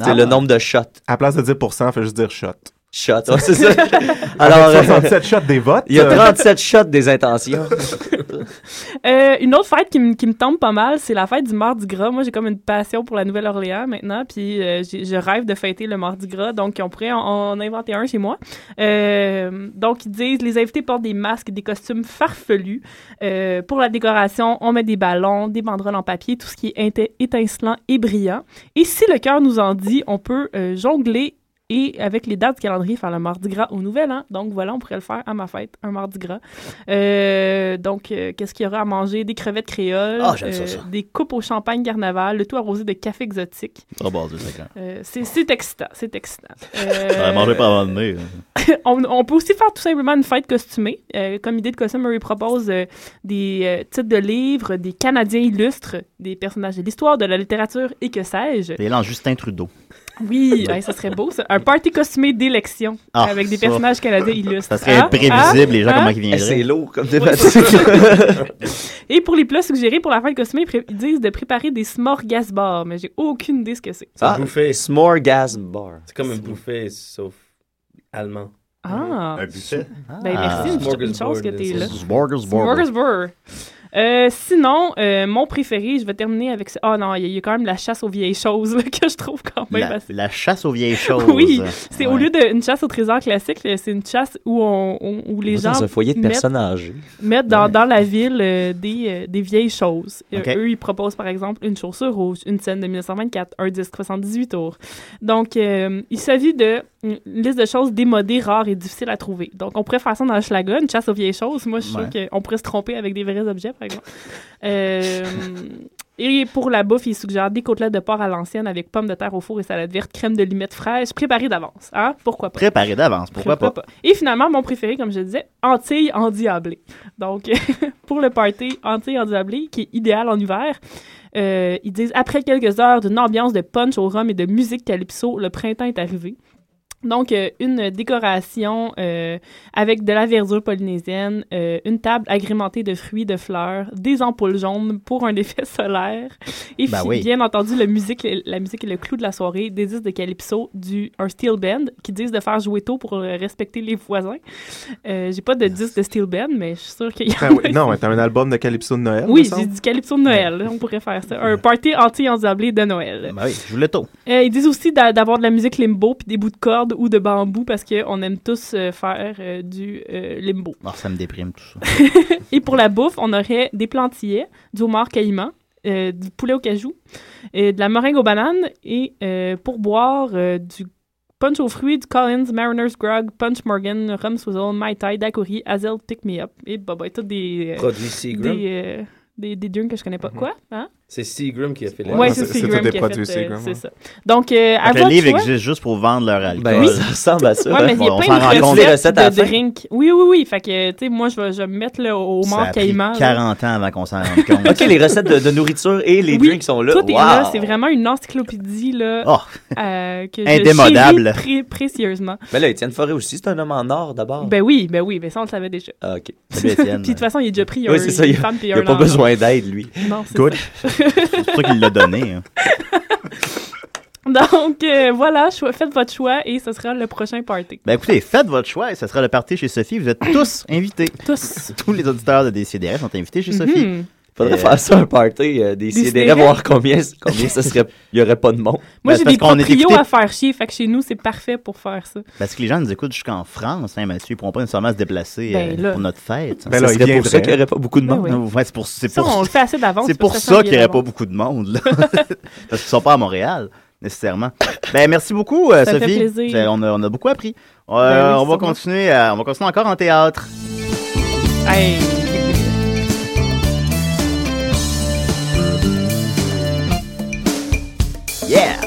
Speaker 5: C'est
Speaker 9: Ah.
Speaker 5: le nombre de shots.
Speaker 9: À place de dire pourcent, fais juste dire shot.
Speaker 5: Shot, ouais, c'est ça.
Speaker 9: Alors,
Speaker 5: euh,
Speaker 9: 67 shots des votes.
Speaker 5: Il y a
Speaker 9: euh,
Speaker 5: 37 shots des intentions.
Speaker 6: Euh, une autre fête qui, me- qui me tombe pas mal, c'est la fête du Mardi Gras. Moi, j'ai comme une passion pour la Nouvelle-Orléans maintenant, puis euh, j'ai- je rêve de fêter le Mardi Gras, donc on pourrait en, en inventer un chez moi. Euh, donc, ils disent, les invités portent des masques et des costumes farfelus. Euh, pour la décoration, on met des ballons, des banderoles en papier, tout ce qui est inté- étincelant et brillant. Et si le cœur nous en dit, on peut euh, jongler et avec les dates du calendrier, faire le Mardi Gras au Nouvel An. Donc voilà, on pourrait le faire à ma fête, un Mardi Gras. Euh, donc, euh, qu'est-ce qu'il y aura à manger? Des crevettes créoles, euh,
Speaker 4: Ah, j'aime ça, ça.
Speaker 6: des coupes au champagne carnaval, le tout arrosé de café exotique.
Speaker 4: Oh, bon, Dieu, c'est clair.
Speaker 6: Euh, c'est c'est excitant, c'est excitant.
Speaker 4: Ouais,
Speaker 6: Euh,
Speaker 4: Mangez pas avant de venir.
Speaker 6: on, on peut aussi faire tout simplement une fête costumée. Euh, comme idée de costume, Murray propose euh, des euh, titres de livres, des Canadiens illustres, des personnages de l'histoire, de la littérature et que sais-je.
Speaker 4: Et là, Justin Trudeau.
Speaker 6: Oui, hey, ça serait beau, ça. Un party costumé d'élection
Speaker 4: Ah,
Speaker 6: avec des
Speaker 4: ça.
Speaker 6: personnages canadiens illustres.
Speaker 4: Ça serait
Speaker 6: Ah,
Speaker 4: imprévisible,
Speaker 6: ah,
Speaker 4: les gens,
Speaker 6: ah.
Speaker 4: comment ils viendraient.
Speaker 5: C'est lourd comme
Speaker 6: Ouais,
Speaker 5: thématique.
Speaker 6: Et pour les plats suggérés pour la fête costumée, ils pré- ils disent de préparer des smorgasbord, mais j'ai aucune idée ce que c'est.
Speaker 5: Ah, S'morgasm bar.
Speaker 8: C'est comme une bouffée, sauf allemand.
Speaker 6: Ah.
Speaker 7: Un buffet.
Speaker 6: Ben, merci, une- une,
Speaker 8: Smorgasbord,
Speaker 6: chance que t'es
Speaker 8: c'est-
Speaker 6: là.
Speaker 4: Smorgasbord.
Speaker 6: Smorgasbord. Euh, sinon, euh, mon préféré, je vais terminer avec ça. Ah non, il y, a- il y a quand même la chasse aux vieilles choses là, que je trouve quand même
Speaker 4: La,
Speaker 6: assez-
Speaker 4: la chasse aux vieilles choses.
Speaker 6: Oui, c'est au
Speaker 4: Ouais.
Speaker 6: lieu d'une chasse au trésor classique, là, c'est une chasse où, on, on- où les gens
Speaker 5: Dans un foyer de
Speaker 6: mettent-
Speaker 5: personnes âgées.
Speaker 6: mettre dans, dans la ville euh, des, euh, des vieilles choses. Euh,
Speaker 4: Ok.
Speaker 6: eux, ils proposent par exemple une chaussure rouge, une scène de 1924, un disque 78 tours. Donc, euh, il s'agit de une liste de choses démodées, rares et difficiles à trouver. Donc, on pourrait faire ça dans le Schlaga, une chasse aux vieilles choses. Moi, je suis
Speaker 4: Ouais.
Speaker 6: sûre qu'on pourrait se tromper avec des vrais objets, par exemple. Euh, et pour la bouffe, il suggère des côtelettes de porc à l'ancienne avec pommes de terre au four et salade verte, crème de limette fraîche, préparée d'avance. Hein? Pourquoi pas?
Speaker 4: Préparé d'avance, pourquoi pas?
Speaker 6: Pourquoi pas? Et finalement, mon préféré, comme je le disais, Antilles endiablées. Donc, pour le party Antilles endiablées, qui est idéal en hiver, euh, ils disent après quelques heures d'une ambiance de punch au rhum et de musique calypso, le printemps est arrivé. Donc, euh, une décoration euh, avec de la verdure polynésienne, euh, une table agrémentée de fruits, de fleurs, des ampoules jaunes pour un effet solaire. Et
Speaker 4: Ben
Speaker 6: fi-
Speaker 4: oui.
Speaker 6: bien entendu, la musique, la musique est le clou de la soirée, des disques de calypso, du, un steel band qui disent de faire jouer tôt pour euh, respecter les voisins. Euh, J'ai pas de disque de steel band, mais je suis sûre qu'il y en a.
Speaker 9: Ah oui, non, ouais, t'as un album de Calypso de Noël. me
Speaker 6: Oui,
Speaker 9: semble.
Speaker 6: j'ai du calypso de Noël. On pourrait faire ça. Un party anti-endiablé de Noël.
Speaker 4: Ben oui, je voulais tôt.
Speaker 6: Euh, ils disent aussi d'a- d'avoir de la musique limbo puis des bouts de cordes ou de bambou parce qu'on aime tous euh, faire euh, du euh, limbo.
Speaker 4: Ah, ça me déprime tout ça.
Speaker 6: Et pour la bouffe, on aurait des plantillets, du homard caïman, euh, du poulet au cajou, euh, de la meringue aux bananes et euh, pour boire euh, du punch aux fruits, du Collins, Mariner's Grog, Punch Morgan, Rum Swizzle, Mai Tai, Dacori, Hazel Pick Me Up. Et bah, bah, tout des, euh,
Speaker 8: Produit Seagram.
Speaker 6: des, euh, des, des drinks que je connais pas. Quoi? Hein?
Speaker 8: C'est Seagram qui a fait les.
Speaker 6: Ouais, c'est
Speaker 9: Mm-hmm. c'est- c'est
Speaker 6: Seagram
Speaker 9: tout des
Speaker 6: qui a
Speaker 9: produits
Speaker 6: fait, euh,
Speaker 9: Seagram,
Speaker 6: C'est
Speaker 9: ouais.
Speaker 6: ça. Donc, euh, à
Speaker 4: Fait que
Speaker 6: votre
Speaker 4: le livre
Speaker 6: choix-
Speaker 4: existe juste pour vendre leur alcool.
Speaker 5: Ben oui, ça ressemble à ça.
Speaker 6: Ouais, mais il y a
Speaker 4: on
Speaker 6: plein
Speaker 4: s'en rend
Speaker 6: de
Speaker 4: compte.
Speaker 5: Les recettes
Speaker 6: recettes
Speaker 5: à la
Speaker 6: de
Speaker 5: fin.
Speaker 6: drink. Oui, oui, oui. Fait que, tu sais, moi, je vais, je vais me mettre là, au
Speaker 4: ça
Speaker 6: mort
Speaker 4: a pris
Speaker 6: caïman. là.
Speaker 4: 40 ans avant qu'on s'en rende compte.
Speaker 5: OK, les recettes de, de nourriture et les
Speaker 6: Oui,
Speaker 5: drinks sont là.
Speaker 6: Tout est là.
Speaker 5: Wow!
Speaker 6: C'est vraiment une encyclopédie, là.
Speaker 4: Oh,
Speaker 6: euh, que je
Speaker 4: Indémodable.
Speaker 6: chéris pré- précieusement.
Speaker 5: Mais Ben là, Étienne Forêt aussi, c'est un homme en or
Speaker 4: Oh.
Speaker 5: d'abord.
Speaker 6: Ben oui, ben oui, ben ça on le savait déjà.
Speaker 5: Ah, OK.
Speaker 4: salut Étienne.
Speaker 6: Puis de toute façon, il est déjà pris, il y a
Speaker 5: Oui,
Speaker 6: un-
Speaker 5: c'est ça,
Speaker 6: une
Speaker 5: y a-
Speaker 6: femme puis
Speaker 5: Il
Speaker 6: un
Speaker 5: n'a pas
Speaker 6: enfant.
Speaker 5: besoin d'aide, lui.
Speaker 6: Non, c'est
Speaker 4: Good.
Speaker 6: ça.
Speaker 4: C'est pour ça qu'il l'a donné. hein.
Speaker 6: Donc euh, voilà, cho- faites votre choix et ce sera le prochain party.
Speaker 4: Ben écoutez, faites votre choix et ce sera le party chez Sophie. Vous êtes tous invités.
Speaker 6: Tous.
Speaker 4: Tous les auditeurs de DCDR sont invités chez Sophie.
Speaker 6: Mhm.
Speaker 5: Faudrait
Speaker 4: Euh,
Speaker 5: faire ça un party, euh, des
Speaker 6: Décider.
Speaker 5: sidérés, voir combien, combien ça serait. Il n'y aurait pas de monde.
Speaker 6: Moi,
Speaker 4: Ben,
Speaker 6: j'ai
Speaker 4: parce
Speaker 6: des
Speaker 4: qu'on est
Speaker 6: proprios
Speaker 4: écouté-
Speaker 6: à faire chier, fait que chez nous, c'est parfait pour faire ça.
Speaker 4: Parce que les gens nous écoutent jusqu'en France, hein, Mathieu. Ils ne pourront pas nécessairement se déplacer euh,
Speaker 6: Ben là.
Speaker 4: pour notre fête. hein.
Speaker 9: Ben
Speaker 5: ça
Speaker 9: là, il
Speaker 5: serait pour
Speaker 9: viendrait.
Speaker 5: ça qu'il n'y aurait pas beaucoup de
Speaker 6: Ben
Speaker 5: monde.
Speaker 6: oui.
Speaker 4: Ouais, c'est pour, c'est
Speaker 6: Ça,
Speaker 4: pour-
Speaker 6: on le fait assez d'avance.
Speaker 4: c'est pour ça qu'il n'y aurait pas beaucoup de monde. là. Parce qu'ils ne sont pas à Montréal, nécessairement. Ben, merci beaucoup, euh,
Speaker 6: Ça fait
Speaker 4: Sophie.
Speaker 6: plaisir.
Speaker 4: C'est- On a, on a beaucoup appris. Euh,
Speaker 6: Ben
Speaker 4: on,
Speaker 6: oui,
Speaker 4: va
Speaker 6: sûrement.
Speaker 4: continuer, à- on va continuer encore en théâtre.
Speaker 6: Hey.
Speaker 4: Yeah!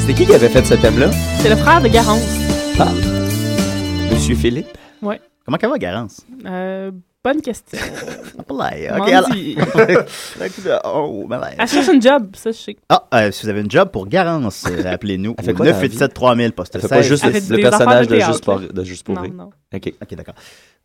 Speaker 5: C'était qui qui avait fait ce thème-là?
Speaker 6: C'est le frère de Garance.
Speaker 5: Ah. Monsieur Philippe?
Speaker 4: Comment qu'elle va, Garance?
Speaker 6: Euh, bonne question.
Speaker 4: Appelez, ok, alors.
Speaker 6: Mandy.
Speaker 4: Un coup de- oh, bye bye.
Speaker 6: Elle cherche une job, ça, je sais.
Speaker 4: Ah, euh, si vous avez une job pour Garance, euh, appelez-nous.
Speaker 5: Elle
Speaker 4: au
Speaker 5: fait quoi dans la vie?
Speaker 4: 987 3000 poste
Speaker 5: Ça fait pas
Speaker 4: 16.
Speaker 5: juste
Speaker 6: Elle
Speaker 5: le,
Speaker 6: fait
Speaker 5: le
Speaker 6: des affaires
Speaker 5: personnage
Speaker 6: de
Speaker 5: de,
Speaker 6: théâtre,
Speaker 5: Juste pour, de Juste pour
Speaker 6: Non,
Speaker 5: rire.
Speaker 6: non.
Speaker 5: OK.
Speaker 4: Ok, d'accord.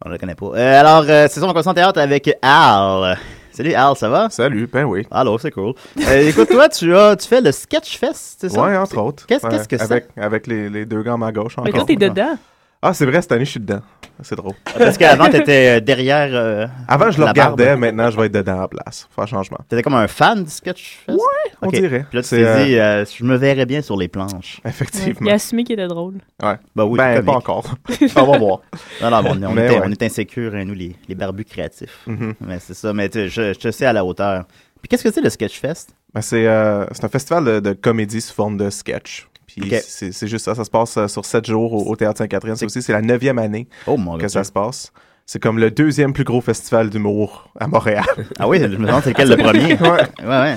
Speaker 4: On ne le connaît pas. Euh, alors, euh, c'est ça, on concentre théâtre avec Al. Salut Al, ça va?
Speaker 9: Salut, ben oui.
Speaker 4: Allô, c'est cool. Euh, écoute, toi, tu, as, tu fais le Sketchfest, c'est ça?
Speaker 9: Ouais, entre autres.
Speaker 4: qu'est-ce-
Speaker 9: Ouais,
Speaker 4: qu'est-ce que c'est?
Speaker 9: avec, Avec les, les deux gars à ma gauche encore.
Speaker 6: Mais toi, t'es dedans.
Speaker 9: Ah, c'est vrai, cette année, je suis dedans. C'est drôle.
Speaker 4: Parce qu'avant, t'étais euh, derrière. euh,
Speaker 9: Avant, je le
Speaker 4: La barbe.
Speaker 9: regardais, maintenant, je vais être dedans à la place. Faire changement.
Speaker 4: t'étais comme un fan du Sketchfest? Ouais,
Speaker 9: on dirait.
Speaker 4: Puis là, tu
Speaker 9: C'est,
Speaker 4: t'es
Speaker 9: euh,
Speaker 4: dit, euh, je me verrais bien sur les planches.
Speaker 6: Ouais. Il
Speaker 9: Effectivement.
Speaker 6: a assumé qu'il était drôle.
Speaker 9: Ouais.
Speaker 4: Bah oui,
Speaker 9: ben,
Speaker 4: c'est
Speaker 9: pas
Speaker 4: comique.
Speaker 9: encore. On va voir.
Speaker 4: Non, non, on, on
Speaker 9: Mais
Speaker 4: était-
Speaker 9: Ben ouais.
Speaker 4: on est insécures, hein, nous, les, les barbus créatifs.
Speaker 9: Mhm.
Speaker 4: Mais c'est ça, mais tu- je, je te sais à la hauteur. Puis qu'est-ce que c'est le Sketchfest?
Speaker 9: Ben, c'est euh, c'est un festival de, de comédie sous forme de sketch. Puis
Speaker 4: Ok.
Speaker 9: c'est c'est juste ça. Ça se passe euh, sur sept jours au, au Théâtre Sainte-Catherine. Ça aussi, c'est la neuvième année
Speaker 4: Oh mon
Speaker 9: que
Speaker 4: dieu.
Speaker 9: ça se passe. C'est comme le deuxième plus gros festival d'humour à Montréal.
Speaker 4: Ah oui, je me demande c'est lequel le premier.
Speaker 9: Ouais.
Speaker 4: Ouais, ouais.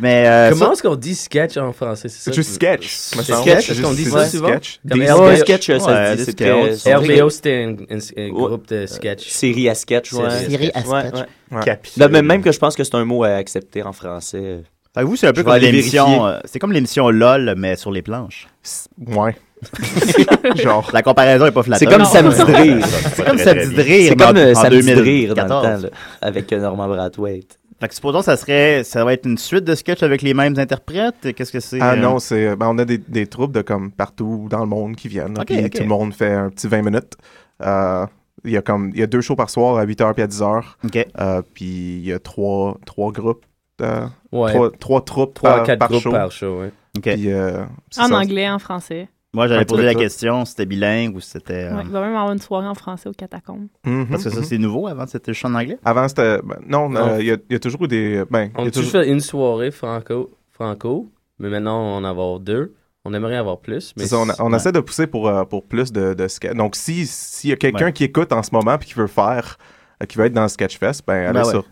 Speaker 4: Mais euh,
Speaker 8: Comment
Speaker 4: ça-
Speaker 8: est-ce qu'on dit sketch en français? Euh, C'est ça
Speaker 9: C'est juste
Speaker 8: que-
Speaker 9: sketch. me semble.
Speaker 5: sketch,
Speaker 8: est-ce qu'on dit
Speaker 9: C'est
Speaker 8: ça
Speaker 9: juste
Speaker 8: souvent?
Speaker 9: sketch.
Speaker 8: Comme
Speaker 5: Des
Speaker 8: RBO.
Speaker 5: sketchs, euh, ça
Speaker 4: Ouais,
Speaker 5: se dit,
Speaker 4: des
Speaker 5: c'était-
Speaker 4: sketchs.
Speaker 8: RBO, c'était un, un- un
Speaker 5: Ouais. Euh,
Speaker 8: groupe de sketch.
Speaker 5: Série à sketch, ouais.
Speaker 8: Série à
Speaker 5: Ouais,
Speaker 4: sketch.
Speaker 5: ouais.
Speaker 9: Ouais.
Speaker 5: De même, même que je pense que c'est un mot à accepter en français. euh,
Speaker 4: Fait que vous, c'est un peu
Speaker 9: Je
Speaker 4: comme
Speaker 9: vais aller
Speaker 4: l'émission.
Speaker 9: vérifier.
Speaker 4: euh, c'est comme l'émission LOL, mais sur les planches.
Speaker 9: Ouais. Genre.
Speaker 4: La comparaison est pas flatteuse.
Speaker 5: C'est comme Samedi de rire.
Speaker 4: c'est comme Samedi de rire.
Speaker 5: C'est
Speaker 4: mais en-
Speaker 5: comme euh,
Speaker 4: en
Speaker 5: Samedi de
Speaker 4: 2014.
Speaker 5: rire dans le temps, là, avec euh, Norman Brathwaite.
Speaker 4: Fait que supposons ça serait, ça va être une suite de sketchs avec les mêmes interprètes. Qu'est-ce que c'est
Speaker 9: Ah
Speaker 4: euh,
Speaker 9: non, c'est ben, on a des, des troupes de comme partout dans le monde qui viennent. là,
Speaker 4: Ok,
Speaker 9: puis
Speaker 4: ok.
Speaker 9: tout le monde fait un petit 20 minutes. Euh, il y a comme il y a deux shows par soir à 8h puis à 10h. Euh, puis il y a trois, trois groupes euh,
Speaker 8: Ouais.
Speaker 9: trois, trois troupes
Speaker 8: Trois à
Speaker 9: par,
Speaker 8: quatre
Speaker 9: par
Speaker 8: groupes euh,
Speaker 9: show.
Speaker 8: par show, ouais.
Speaker 9: Puis, euh, c'est
Speaker 6: En
Speaker 9: ça.
Speaker 6: anglais, en français.
Speaker 4: Moi, j'allais
Speaker 9: Un
Speaker 4: poser
Speaker 9: truc,
Speaker 4: la
Speaker 9: ça.
Speaker 4: question, si c'était bilingue ou si c'était. euh,
Speaker 6: Ouais, il va même avoir une soirée en français au catacombe.
Speaker 4: Parce que ça,
Speaker 9: mhm.
Speaker 4: c'est nouveau. Avant, c'était juste en anglais.
Speaker 9: Avant c'était ben, non,
Speaker 8: Non.
Speaker 9: euh, il y, a- il y a toujours des ben il
Speaker 8: On
Speaker 9: y
Speaker 8: a
Speaker 9: a
Speaker 8: toujours
Speaker 9: toujours
Speaker 8: fait une soirée franco, franco, mais maintenant on en a avoir deux. On aimerait avoir plus, mais
Speaker 9: C'est ça, on, on
Speaker 8: Ouais.
Speaker 9: essaie de pousser pour, euh, pour plus de, de sketch. Donc, si- s'il y a quelqu'un
Speaker 8: Ouais.
Speaker 9: qui écoute en ce moment et qui veut faire, euh, qui veut être dans le Sketchfest, ben, allez
Speaker 4: Ben ouais.
Speaker 9: sur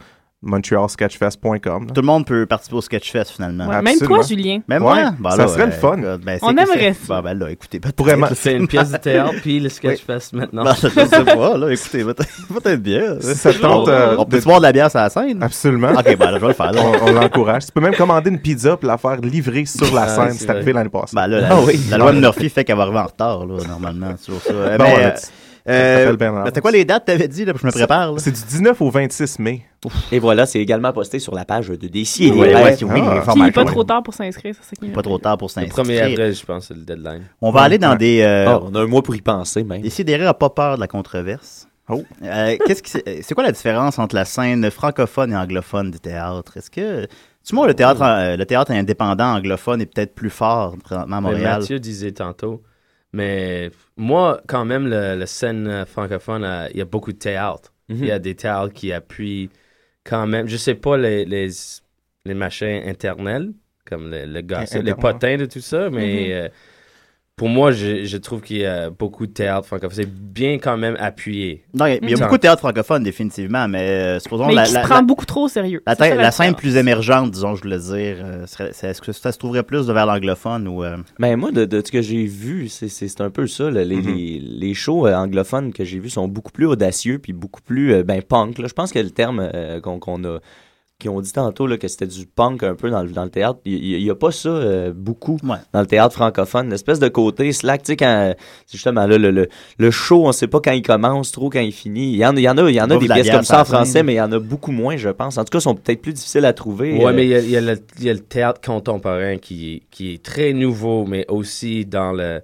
Speaker 9: montrealsketchfest.com. là.
Speaker 4: Tout le monde peut participer au Sketchfest, finalement.
Speaker 6: Ouais, même toi, Julien.
Speaker 4: Même
Speaker 9: Ouais,
Speaker 4: moi?
Speaker 9: ça
Speaker 4: là,
Speaker 9: serait le fun.
Speaker 4: écoute, ben,
Speaker 6: On
Speaker 4: c'est-
Speaker 6: aimerait
Speaker 4: c'est-
Speaker 6: ça.
Speaker 4: Ben, ben là, écoutez, peut-être.
Speaker 9: Vraiment.
Speaker 8: C'est une pièce de théâtre, puis le Sketchfest maintenant.
Speaker 4: Ben, je sais pas, là, écoutez, peut-être peut-être bien.
Speaker 9: Si ça te tente, euh,
Speaker 4: On peut
Speaker 9: de- Ah.
Speaker 4: se boire de la bière sur la scène?
Speaker 9: Absolument.
Speaker 4: Ok, ben là, je vais le faire.
Speaker 9: on,
Speaker 4: là.
Speaker 9: on l'encourage. Tu peux même commander une pizza et la faire livrer sur la
Speaker 8: Ah,
Speaker 9: scène.
Speaker 8: c'est
Speaker 9: C'est arrivé
Speaker 8: vrai.
Speaker 9: l'année passée.
Speaker 4: Ben là, la,
Speaker 9: Ah oui.
Speaker 4: la loi de Murphy fait qu'elle va arriver en retard, là, normalement. C'est toujours ça. Eh
Speaker 9: Bon,
Speaker 4: ben,
Speaker 9: ben,
Speaker 4: euh, euh,
Speaker 9: t'appelles bien en
Speaker 4: ben,
Speaker 9: avance.
Speaker 4: C'était quoi les dates, t'avais dit, là, pour que je me prépare? là?
Speaker 9: C'est du 19 au 26 mai.
Speaker 5: Et voilà, c'est également posté sur la page de
Speaker 4: Ouais,
Speaker 5: Décis.
Speaker 7: Ben
Speaker 4: ouais, oui,
Speaker 9: Ah.
Speaker 4: les
Speaker 6: Puis il n'est pas
Speaker 4: formations.
Speaker 6: trop tard pour s'inscrire, ça c'est qui est
Speaker 4: Pas trop tard pour
Speaker 8: Le 1er
Speaker 4: s'inscrire.
Speaker 8: avril, je pense, c'est le deadline.
Speaker 4: On va aller dans des...
Speaker 9: Oh.
Speaker 4: euh,
Speaker 5: on a un mois pour y penser, même.
Speaker 4: Décidéré n'a pas peur de la controverse.
Speaker 9: Oh.
Speaker 4: Euh, qu'est-ce qui, c'est c'est quoi la différence entre la scène francophone et anglophone du théâtre? Est-ce que, tu vois, le théâtre, euh, le théâtre indépendant anglophone est peut-être plus fort présentement à
Speaker 8: Mais
Speaker 4: Montréal?
Speaker 8: Mathieu disait tantôt, mais moi, quand même, le- la scène euh, francophone, euh, il y a beaucoup de théâtre.
Speaker 5: Mhm.
Speaker 8: Il y a des théâtres qui appuient quand même, je sais pas, les, les, les machins internels, comme le, le gossip, les
Speaker 9: Internes,
Speaker 8: potins de tout ça, mais euh, pour moi, je, je trouve qu'il y a beaucoup de théâtre francophone. C'est bien quand même appuyé.
Speaker 4: Non, il y a- il y a
Speaker 8: Mhm.
Speaker 4: beaucoup de théâtre francophone, définitivement, mais euh, supposons
Speaker 6: Mais
Speaker 4: la,
Speaker 6: qui
Speaker 4: la-
Speaker 6: se prend
Speaker 4: la-
Speaker 6: beaucoup trop au sérieux.
Speaker 4: la
Speaker 6: C'est ça,
Speaker 4: thè- la scène
Speaker 6: différence.
Speaker 4: plus émergente, disons, je voulais dire, euh, serait- c'est- est-ce que ça se trouverait plus vers l'anglophone ou... euh,
Speaker 5: Mais moi, de, de ce que j'ai vu, c'est- c'est c'est un peu ça. là. Les, les- les shows euh, anglophones que j'ai vus sont beaucoup plus audacieux puis beaucoup plus euh, ben, punk. là. Je pense que le terme euh, qu'on qu'on a qui ont dit tantôt là, que c'était du punk un peu dans le, dans le théâtre. Il n'y a pas ça euh, beaucoup
Speaker 4: Ouais.
Speaker 5: dans le théâtre francophone. L'espèce de côté slack, tu sais, quand c'est justement là, le, le, le show, on sait pas quand il commence, trop quand il finit. Il y en, a- il y en a, il y en a
Speaker 4: Bouffe
Speaker 5: des
Speaker 4: de la
Speaker 5: pièces
Speaker 4: bière
Speaker 5: comme ça en
Speaker 4: sur la scène.
Speaker 5: français, mais il y en a beaucoup moins, je pense. En tout cas, sont peut-être plus difficiles à trouver.
Speaker 8: Ouais,
Speaker 5: euh,
Speaker 8: mais il y a- il y, a le- il y a le théâtre contemporain qui, qui est très nouveau, mais aussi dans le.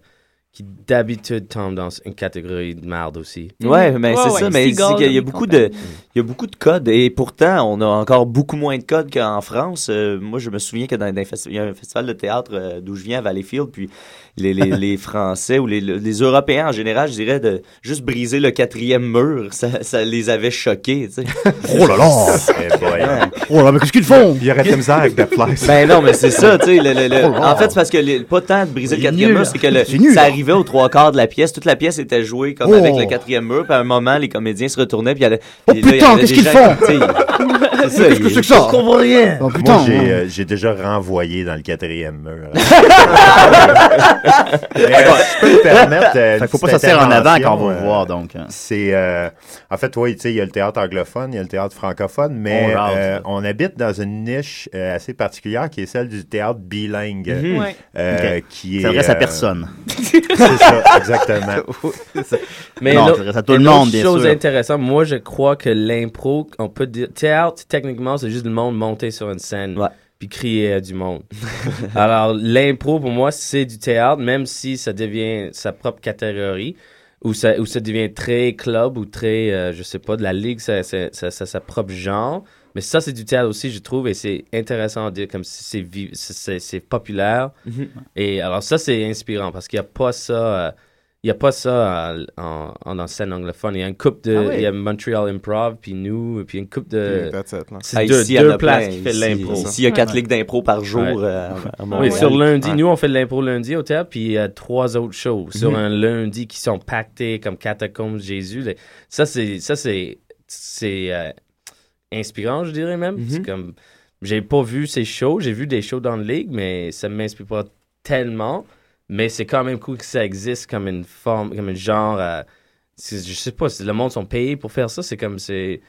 Speaker 8: qui d'habitude tombe dans une catégorie de marde aussi.
Speaker 5: Ouais, mais
Speaker 6: Ouais,
Speaker 5: c'est
Speaker 6: ouais,
Speaker 5: ça, mais
Speaker 6: Seagull,
Speaker 5: c'est qu'il y a- il y a
Speaker 6: Dominique
Speaker 5: beaucoup
Speaker 6: Fontaine.
Speaker 5: de il y a beaucoup de codes et pourtant on a encore beaucoup moins de codes qu'en France. Euh, moi je me souviens que dans, dans un festi- il y a un festival de théâtre euh, d'où je viens à Valleyfield puis les, les, les Français ou les, les Européens en général, je dirais de juste briser le quatrième mur, ça, ça les avait choqués, tu sais.
Speaker 4: Oh là là!
Speaker 7: Eh boy.
Speaker 4: oh là, mais qu'est-ce qu'ils font?
Speaker 9: Il y aurait de la misère avec The Flies.
Speaker 5: Ben non, mais c'est ça, tu sais. le- le- le- en fait, c'est parce que les- pas tant de briser le
Speaker 4: C'est
Speaker 5: quatrième
Speaker 4: nul.
Speaker 5: mur, c'est que le-
Speaker 4: C'est nul.
Speaker 5: ça arrivait aux trois quarts de la pièce. Toute la pièce était jouée comme
Speaker 4: Oh.
Speaker 5: avec le quatrième mur. Puis à un moment, les comédiens se retournaient. Puis allaient-
Speaker 4: Oh
Speaker 5: puis là, il y
Speaker 4: putain,
Speaker 5: avait
Speaker 4: qu'est-ce
Speaker 5: des
Speaker 4: qu'ils
Speaker 5: gens
Speaker 4: font?
Speaker 5: qui, tu sais, c'est ça, ils-
Speaker 4: ça? Je comprends rien! Oh putain!
Speaker 7: Moi, j'ai, euh, j'ai déjà renvoyé dans le quatrième mur. Mais, euh, si je peux me permettre,
Speaker 4: Fait
Speaker 7: euh, une
Speaker 4: que faut pas
Speaker 7: petite
Speaker 4: sortir en avant quand on va
Speaker 7: intervention,
Speaker 4: vous
Speaker 7: euh,
Speaker 4: voir, donc. hein.
Speaker 7: C'est euh, en fait, oui, tu sais, il y a le théâtre anglophone, il y a le théâtre francophone, mais
Speaker 4: On rase,
Speaker 7: euh,
Speaker 4: là.
Speaker 7: on habite dans une niche euh, assez particulière qui est celle du théâtre bilingue,
Speaker 6: Ouais.
Speaker 7: euh, qui
Speaker 4: Mhm.
Speaker 7: est
Speaker 4: Ça s'adresse à
Speaker 7: euh,
Speaker 4: personne.
Speaker 7: C'est ça, exactement.
Speaker 8: Mais
Speaker 4: Non,
Speaker 8: l'autre-
Speaker 4: ça reste à tout
Speaker 8: une
Speaker 4: le monde,
Speaker 8: autre
Speaker 4: bien
Speaker 8: chose
Speaker 4: sûr.
Speaker 8: intéressante, moi je crois que l'impro, on peut dire théâtre, techniquement, c'est juste le monde monter sur une scène
Speaker 5: Ouais.
Speaker 8: puis crier à du monde. Alors l'impro pour moi c'est du théâtre, même si ça devient sa propre catégorie ou ça, ou ça devient très club ou très, euh, je sais pas, de la ligue, ça, ça, ça, ça- sa propre genre. Mais ça, c'est du théâtre aussi, je trouve, et c'est intéressant de dire comme si c'est vi- c'est- c'est c'est populaire.
Speaker 5: Mhm.
Speaker 8: Et alors ça, c'est inspirant parce qu'il n'y a pas ça. euh, il n'y a pas ça euh, en, en, en scène anglophone. Il y a une coupe de.
Speaker 4: Ah oui.
Speaker 8: Il y a Montreal Improv, puis nous, puis une coupe de.
Speaker 9: That's it, là.
Speaker 8: C'est
Speaker 5: Ah,
Speaker 8: deux,
Speaker 5: ici, il y en
Speaker 8: deux
Speaker 5: a
Speaker 8: places
Speaker 5: plein.
Speaker 8: qui fait de
Speaker 5: Ici-
Speaker 8: l'impro.
Speaker 5: Ici, il y a quatre
Speaker 4: Ouais.
Speaker 5: ligues d'impro par jour
Speaker 8: Ouais.
Speaker 5: euh,
Speaker 4: Ah,
Speaker 5: à, à
Speaker 8: Oui,
Speaker 6: Ah
Speaker 5: Montréal.
Speaker 8: sur lundi, nous, on fait de l'impro lundi au théâtre, puis il y a trois autres shows sur un lundi qui sont pactés comme Catacombes Jésus. Les- Ça, c'est. Ça, c'est. C'est euh, inspirant, je dirais même. C'est comme. J'ai pas vu ces shows. J'ai vu des shows dans la ligue, mais ça m'inspire pas tellement. Mais c'est quand même cool que ça existe comme une forme, comme un genre. euh, c'est- je sais pas, c'est- le monde sont payés pour faire ça. C'est comme. c'est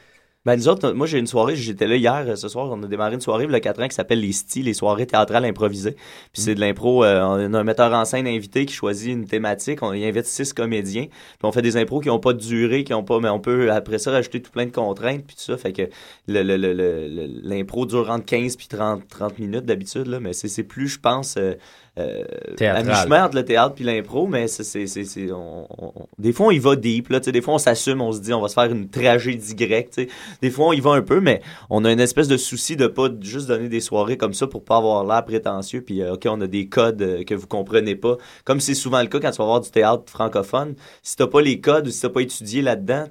Speaker 5: Ben, nous autres, moi, j'ai une soirée, j'étais là hier, euh, ce soir, on a démarré une soirée, il y a 4 ans, qui s'appelle Les Stis, les soirées théâtrales improvisées. Puis c'est de l'impro, euh, on a un metteur en scène invité qui choisit une thématique, on y invite six comédiens, puis on fait des impros qui n'ont pas de durée, qui n'ont pas, mais on peut, après ça, rajouter tout plein de contraintes, puis tout ça, fait que le- le- le- le- le- l'impro dure entre 15 puis 30, 30 minutes d'habitude, là, mais c'est c'est plus, je pense... euh, euh,
Speaker 8: Théâtral.
Speaker 5: à mi-chemin entre le théâtre puis l'impro, mais c'est, c'est, c'est, c'est- on- on- on- des fois, on y va deep. Là, tu sais, des fois, on s'assume, on se dit, on va se faire une tragédie grecque. tu sais. Des fois, on y va un peu, mais on a une espèce de souci de pas juste donner des soirées comme ça pour pas avoir l'air prétentieux. Puis, euh, OK, on a des codes euh, que vous comprenez pas. Comme c'est souvent le cas quand tu vas voir du théâtre francophone, si t'as pas les codes ou si t'as pas étudié là-dedans,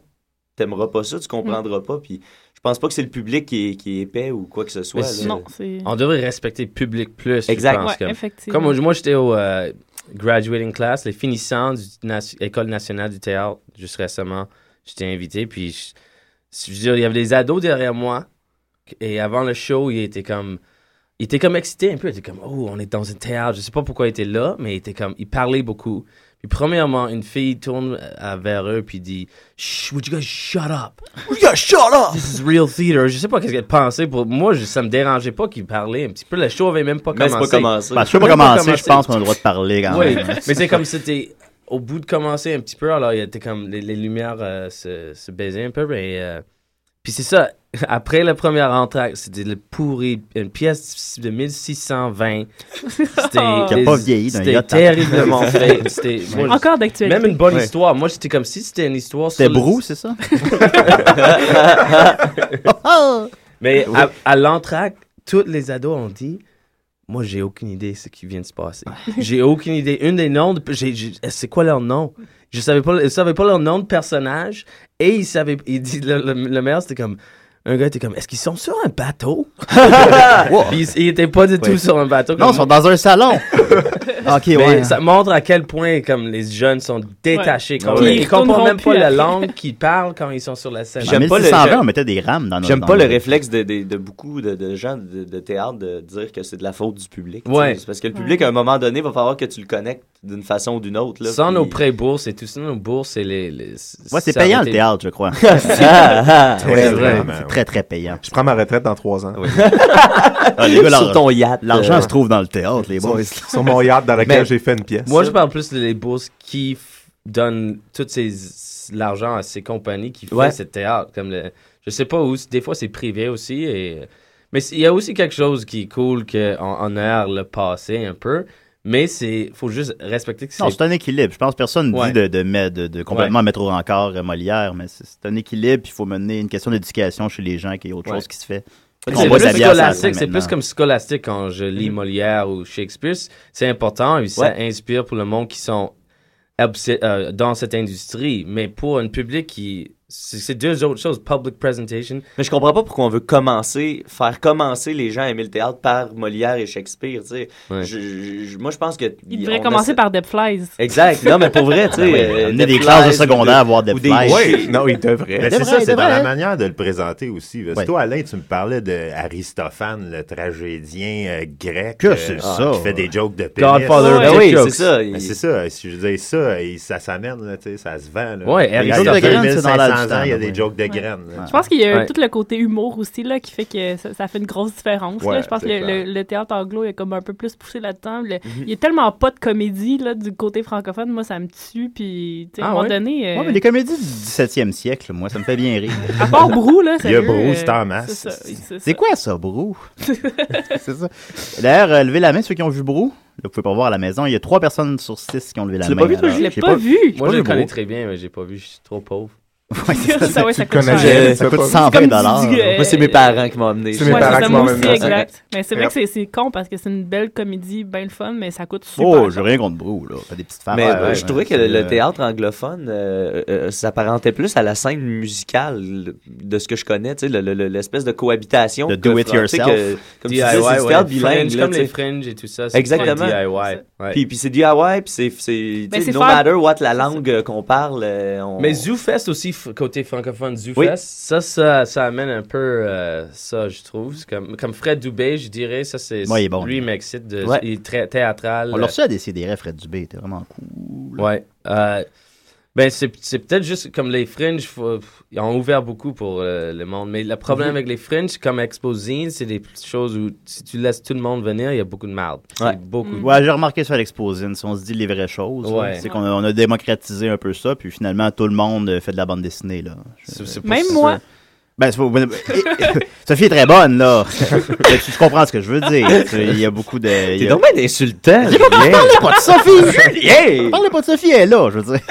Speaker 5: t'aimeras pas ça, tu comprendras pas. Puis, je pense pas que c'est le public qui est, qui est épais ou quoi que ce soit.
Speaker 8: Mais c'est-
Speaker 5: là.
Speaker 8: Non, On devrait respecter le public plus.
Speaker 5: Exact.
Speaker 8: Je pense,
Speaker 5: Ouais,
Speaker 8: comme-
Speaker 5: effectivement.
Speaker 8: Comme moi, j'étais au euh, graduating class, les finissants de l'École nationale du théâtre, juste récemment, j'étais invité. Puis, je, je veux dire, il y avait des ados derrière moi. Et avant le show, il était comme. Il était comme excité un peu. Il était comme, oh, on est dans un théâtre. Je sais pas pourquoi il était là, mais il était comme. Il parlait beaucoup. Puis, premièrement, une fille tourne euh, vers eux, puis dit, Shh, would you guys shut up? This is real theater. Je sais pas qu'est-ce qu'elle pensait. Pour moi, je, ça me dérangeait pas qu'il parlait un petit peu. Le show avait même pas
Speaker 5: Mais c'est
Speaker 8: commencé.
Speaker 5: pas commencé.
Speaker 4: Ben, je sais pas
Speaker 8: Même
Speaker 4: commencer, je pense qu'on a le droit de parler quand
Speaker 8: Oui,
Speaker 4: même.
Speaker 8: mais c'est comme c'était au bout de commencer un petit peu. Alors, il était comme les, les lumières euh, se, se baisaient un peu. Mais, euh, puis c'est ça. Après la première entracte, c'était le pourri, une pièce de 1620. C'était
Speaker 6: Oh!
Speaker 4: Qui a pas vieilli d'un
Speaker 8: C'était
Speaker 4: yacht. hein.
Speaker 8: terriblement fait. C'était- moi, je-
Speaker 6: Encore d'actualité.
Speaker 8: Même une bonne
Speaker 6: Ouais.
Speaker 8: histoire. Moi, j'étais comme si c'était une histoire.
Speaker 4: C'était
Speaker 8: sur le-
Speaker 4: Brou, c'est ça?
Speaker 8: Mais à, à l'entracte, tous les ados ont dit Moi, j'ai aucune idée ce qui vient de se passer. j'ai aucune idée. Une des noms, de- j'ai- j'ai- c'est quoi leur nom Je savais pas, je savais pas leur nom de personnage. Et ils savaient, ils disent- le, le- le maire, c'était comme. Un gars était comme, est-ce qu'ils sont sur un bateau?
Speaker 4: Ah.
Speaker 8: Puis ils, ils étaient pas du tout
Speaker 4: Ouais.
Speaker 8: sur un bateau.
Speaker 4: Non, ils sont dans un salon. ok,
Speaker 8: Mais
Speaker 4: ouais.
Speaker 8: ça montre à quel point comme les jeunes sont détachés.
Speaker 4: Ouais.
Speaker 8: Comme,
Speaker 4: Puis
Speaker 8: Ils,
Speaker 4: ils
Speaker 8: comprennent
Speaker 4: tourneront
Speaker 8: même pas
Speaker 4: plus
Speaker 8: la
Speaker 4: après.
Speaker 8: langue qu'ils parlent quand ils sont sur la scène.
Speaker 4: En 1620, on mettait des rames dans nos-
Speaker 5: J'aime
Speaker 4: dans
Speaker 5: pas le
Speaker 4: nos-
Speaker 5: réflexe de, de- de beaucoup de, de gens de, de théâtre de dire que c'est de la faute du public. tu
Speaker 8: Ouais.
Speaker 5: sais. C'est Parce que le public, à un moment donné, va falloir que tu le connectes d'une façon ou d'une autre. Là,
Speaker 8: Sans
Speaker 5: Puis-
Speaker 8: nos prêts bourses et tout, sans nos bourses et les. les
Speaker 5: Ouais, c'est
Speaker 8: ça aurait
Speaker 5: payant,
Speaker 8: été-
Speaker 4: le théâtre, je crois.
Speaker 8: C'est-
Speaker 5: Ah,
Speaker 4: C'est
Speaker 8: Ouais,
Speaker 4: vrai,
Speaker 8: vraiment,
Speaker 4: c'est
Speaker 8: ouais.
Speaker 4: très, très payant.
Speaker 9: Je prends ma retraite dans trois ans.
Speaker 4: Ah, les gars, Sur l'argent- ton
Speaker 5: yacht.
Speaker 4: l'argent euh, se trouve dans le théâtre, les boys.
Speaker 9: Sur, sur mon yacht dans lequel
Speaker 8: Mais
Speaker 9: j'ai fait une pièce.
Speaker 8: Moi, je parle plus des bourses qui f- donnent tout ces- l'argent à ces compagnies qui font
Speaker 5: Ouais.
Speaker 8: ce théâtre. Comme le- je sais pas où, des fois c'est privé aussi. Et, mais c'est- il y a aussi quelque chose qui est cool qu'on honore le passé un peu. Mais c'est faut juste respecter que c'est
Speaker 4: Non, c'est un équilibre. Je pense que personne ne
Speaker 8: Ouais.
Speaker 4: dit de, de, mettre- de, de complètement mettre au rencard euh, Molière, mais c'est c'est un équilibre. puis Il faut mener une question d'éducation chez les gens, qu'il y a autre
Speaker 8: Ouais.
Speaker 4: chose qui se fait.
Speaker 8: Mais
Speaker 4: On
Speaker 8: C'est
Speaker 4: boit de la
Speaker 8: plus
Speaker 4: bière sur la
Speaker 8: scolastique,
Speaker 4: scène
Speaker 8: c'est plus
Speaker 4: maintenant.
Speaker 8: comme scolastique quand je lis Molière ou Shakespeare. C'est important et ça
Speaker 5: Ouais.
Speaker 8: inspire pour le monde qui sont obs- euh, dans cette industrie. Mais pour un public qui. C'est c'est deux autres choses, public presentation.
Speaker 5: Mais je comprends pas pourquoi on veut commencer, faire commencer les gens à aimer le théâtre par Molière et Shakespeare. tu sais.
Speaker 8: Ouais.
Speaker 5: Je- je- je- moi, je pense que.
Speaker 6: Il
Speaker 5: on
Speaker 6: devrait
Speaker 5: a
Speaker 6: commencer
Speaker 5: cette-
Speaker 6: par Dead Flies.
Speaker 5: Exact. Non, mais pour vrai, tu sais.
Speaker 4: Ben oui,
Speaker 5: euh,
Speaker 4: amener des
Speaker 5: Flies
Speaker 4: classes de
Speaker 5: ou
Speaker 4: secondaire à voir Dead
Speaker 5: ou des-
Speaker 4: Flies.
Speaker 5: Oui.
Speaker 9: Non, il devrait.
Speaker 7: Ben,
Speaker 5: C'est
Speaker 7: c'est
Speaker 5: vrai,
Speaker 7: ça, c'est
Speaker 5: c'est
Speaker 7: dans
Speaker 5: vrai.
Speaker 7: la manière de le présenter aussi. Parce que
Speaker 4: Ouais.
Speaker 7: Toi, Alain, tu me parlais de Aristophane, le tragédien euh, grec
Speaker 4: Que c'est ça?
Speaker 7: qui fait des jokes de pénis.
Speaker 8: Godfather
Speaker 5: Ben
Speaker 8: of
Speaker 5: oui,
Speaker 8: dick jokes.
Speaker 5: c'est ça.
Speaker 7: Ben,
Speaker 5: Il-
Speaker 7: c'est ça, si je veux dire ça, et ça s'amène, là, tu sais, ça se vend. Là.
Speaker 8: Ouais,
Speaker 7: Il y a depuis
Speaker 8: Aristophane.
Speaker 4: Jokes de graines, c'est dans l'air du
Speaker 7: 2500 ans, il y a
Speaker 4: temps,
Speaker 7: des
Speaker 4: ouais.
Speaker 7: jokes de
Speaker 6: Ouais.
Speaker 7: graines. là.
Speaker 6: Je pense qu'il y a
Speaker 8: Ouais.
Speaker 6: tout le côté humour aussi là, qui fait que ça, ça fait une grosse différence. là.
Speaker 7: Ouais,
Speaker 6: Je pense que
Speaker 7: c'est
Speaker 6: le,
Speaker 7: clair.
Speaker 6: le- le théâtre anglo est comme un peu plus poussé là-dedans. Le- Il y a tellement pas de comédie là, du côté francophone. Moi, ça me tue. Puis, tu sais, à
Speaker 8: Ah
Speaker 6: un moment
Speaker 8: ouais?
Speaker 6: donné, euh,
Speaker 4: Ouais, mais les comédies du 17e siècle, moi, ça me fait bien rire.
Speaker 6: à part Brou, là,
Speaker 7: Il y a
Speaker 6: sérieux,
Speaker 7: Brou,
Speaker 6: euh,
Speaker 7: c'est en masse.
Speaker 6: C'est ça. c'est ça.
Speaker 4: C'est quoi ça, Brou? c'est ça. D'ailleurs, euh, levez la main ceux qui ont vu Brou. Là, vous pouvez pas voir à la maison. Il y a trois personnes sur six qui ont levé la
Speaker 5: l'as
Speaker 4: main.
Speaker 5: pas vu, toi,
Speaker 4: alors.
Speaker 6: Je l'ai
Speaker 4: J'ai
Speaker 6: pas, vu.
Speaker 8: Moi, je
Speaker 4: vu
Speaker 8: le connais
Speaker 4: Brou.
Speaker 8: très bien, mais j'ai pas vu, je suis trop pauvre.
Speaker 4: Ouais, c'est ça.
Speaker 6: ça, Ah ouais, ça coûte
Speaker 9: connais
Speaker 6: cher.
Speaker 9: jamais.
Speaker 4: Ça
Speaker 9: C'est
Speaker 4: coûte
Speaker 9: pas-
Speaker 4: 120 dollars.
Speaker 6: Comme tu dis, euh,
Speaker 5: Moi, c'est mes parents qui m'ont amené.
Speaker 9: C'est
Speaker 6: Ouais,
Speaker 9: mes parents
Speaker 6: c'est ça,
Speaker 9: qui
Speaker 6: moi
Speaker 9: m'ont
Speaker 6: aussi,
Speaker 9: amené ça.
Speaker 6: exact. Mais c'est vrai
Speaker 9: Yep.
Speaker 6: que c'est- c'est con parce que c'est une belle comédie, bien le fun, mais ça coûte super.
Speaker 4: Oh,
Speaker 6: cher.
Speaker 4: j'ai rien contre Brou, là. Fait des petites femmes.
Speaker 5: Mais euh, je trouvais que le, le théâtre anglophone euh, euh, s'apparentait plus à la scène musicale de ce que je connais, tu sais, le- le- le- l'espèce de cohabitation.
Speaker 4: Le
Speaker 5: que
Speaker 4: do it
Speaker 5: Fran- tu sais,
Speaker 4: yourself.
Speaker 5: que- Comme tu disais, c'est du théâtre bilingue.
Speaker 8: Fringe,
Speaker 5: là,
Speaker 8: comme
Speaker 5: tu sais.
Speaker 8: les fringes et tout ça. c'est
Speaker 5: Exactement.
Speaker 8: très DIY. ouais.
Speaker 5: Puis, puis c'est DIY, puis c'est- c'est.
Speaker 6: Ben,
Speaker 5: tu sais,
Speaker 6: c'est
Speaker 5: No
Speaker 6: faire-
Speaker 5: matter what la langue euh, qu'on parle. euh, on-
Speaker 8: Mais ZooFest aussi, f- côté francophone, ZooFest,
Speaker 5: Oui.
Speaker 8: ça, ça, ça amène un peu euh, ça, je trouve. C'est Comme, comme Fred Dubé, je dirais, ça, c'est,
Speaker 4: Ouais, il est bon.
Speaker 8: lui, il m'excite. De,
Speaker 5: Ouais.
Speaker 8: Il est très théâtral.
Speaker 4: On l'a reçu à décider, Fred Dubé. C'était vraiment cool.
Speaker 8: Ouais. Euh, Ben, c'est c'est peut-être juste comme les fringes, faut- pff, ils ont ouvert beaucoup pour euh, le monde. Mais le problème
Speaker 5: Mhm.
Speaker 8: avec les fringes, comme Exposine, c'est des choses où si tu laisses tout le monde venir, il y a beaucoup de merde.
Speaker 4: Ouais.
Speaker 8: C'est beaucoup de-
Speaker 4: Ouais, j'ai remarqué ça à l'exposine. Si on se dit les vraies choses, là,
Speaker 8: Ouais.
Speaker 4: c'est qu'on a, on a démocratisé un peu ça, puis finalement, tout le monde euh, fait de la bande dessinée. Là. Je-
Speaker 8: c'est
Speaker 6: Même ça. moi.
Speaker 4: Ben, c'est pas- Sophie est très bonne, là. Mais tu comprends ce que je veux dire. Tu- Il y a beaucoup de. il
Speaker 5: T'es
Speaker 4: y a-
Speaker 5: donc bien insultant.
Speaker 4: J'ai pas
Speaker 5: Julien.
Speaker 4: parlé pas de Sophie!
Speaker 5: Julien!
Speaker 4: Parle pas de Sophie, elle est là, je veux dire.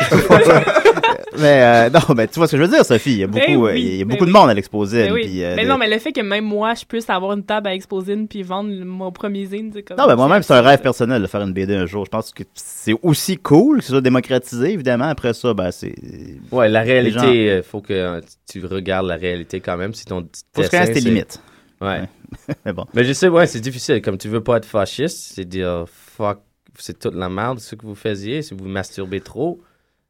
Speaker 4: mais euh, non, mais tu vois ce que je veux dire, Sophie. Il y a beaucoup,
Speaker 6: Ben
Speaker 4: euh,
Speaker 6: oui,
Speaker 4: il y a
Speaker 6: ben
Speaker 4: beaucoup de
Speaker 6: oui.
Speaker 4: monde à l'exposine.
Speaker 6: Ben oui.
Speaker 4: puis, euh,
Speaker 6: mais
Speaker 4: des-
Speaker 6: non, mais le fait que même moi, je puisse avoir une table à Exposine puis vendre le- mon premier zine, c'est comme.
Speaker 4: Non, mais moi-même, c'est un rêve personnel de faire une BD un jour. Je pense que c'est aussi cool que ce soit démocratisé, évidemment. Après ça, ben, c'est.
Speaker 8: Ouais, la
Speaker 4: les gens-
Speaker 8: réalité, il faut que euh, tu regardes la réalité quand même. Si ton
Speaker 4: Faut se connaître tes
Speaker 8: c'est-
Speaker 4: limites.
Speaker 8: Ouais.
Speaker 4: mais bon.
Speaker 8: Mais je sais, ouais, c'est difficile. Comme tu veux pas être fasciste, c'est dire oh, fuck, c'est toute la merde ce que vous faisiez, si vous masturbez trop.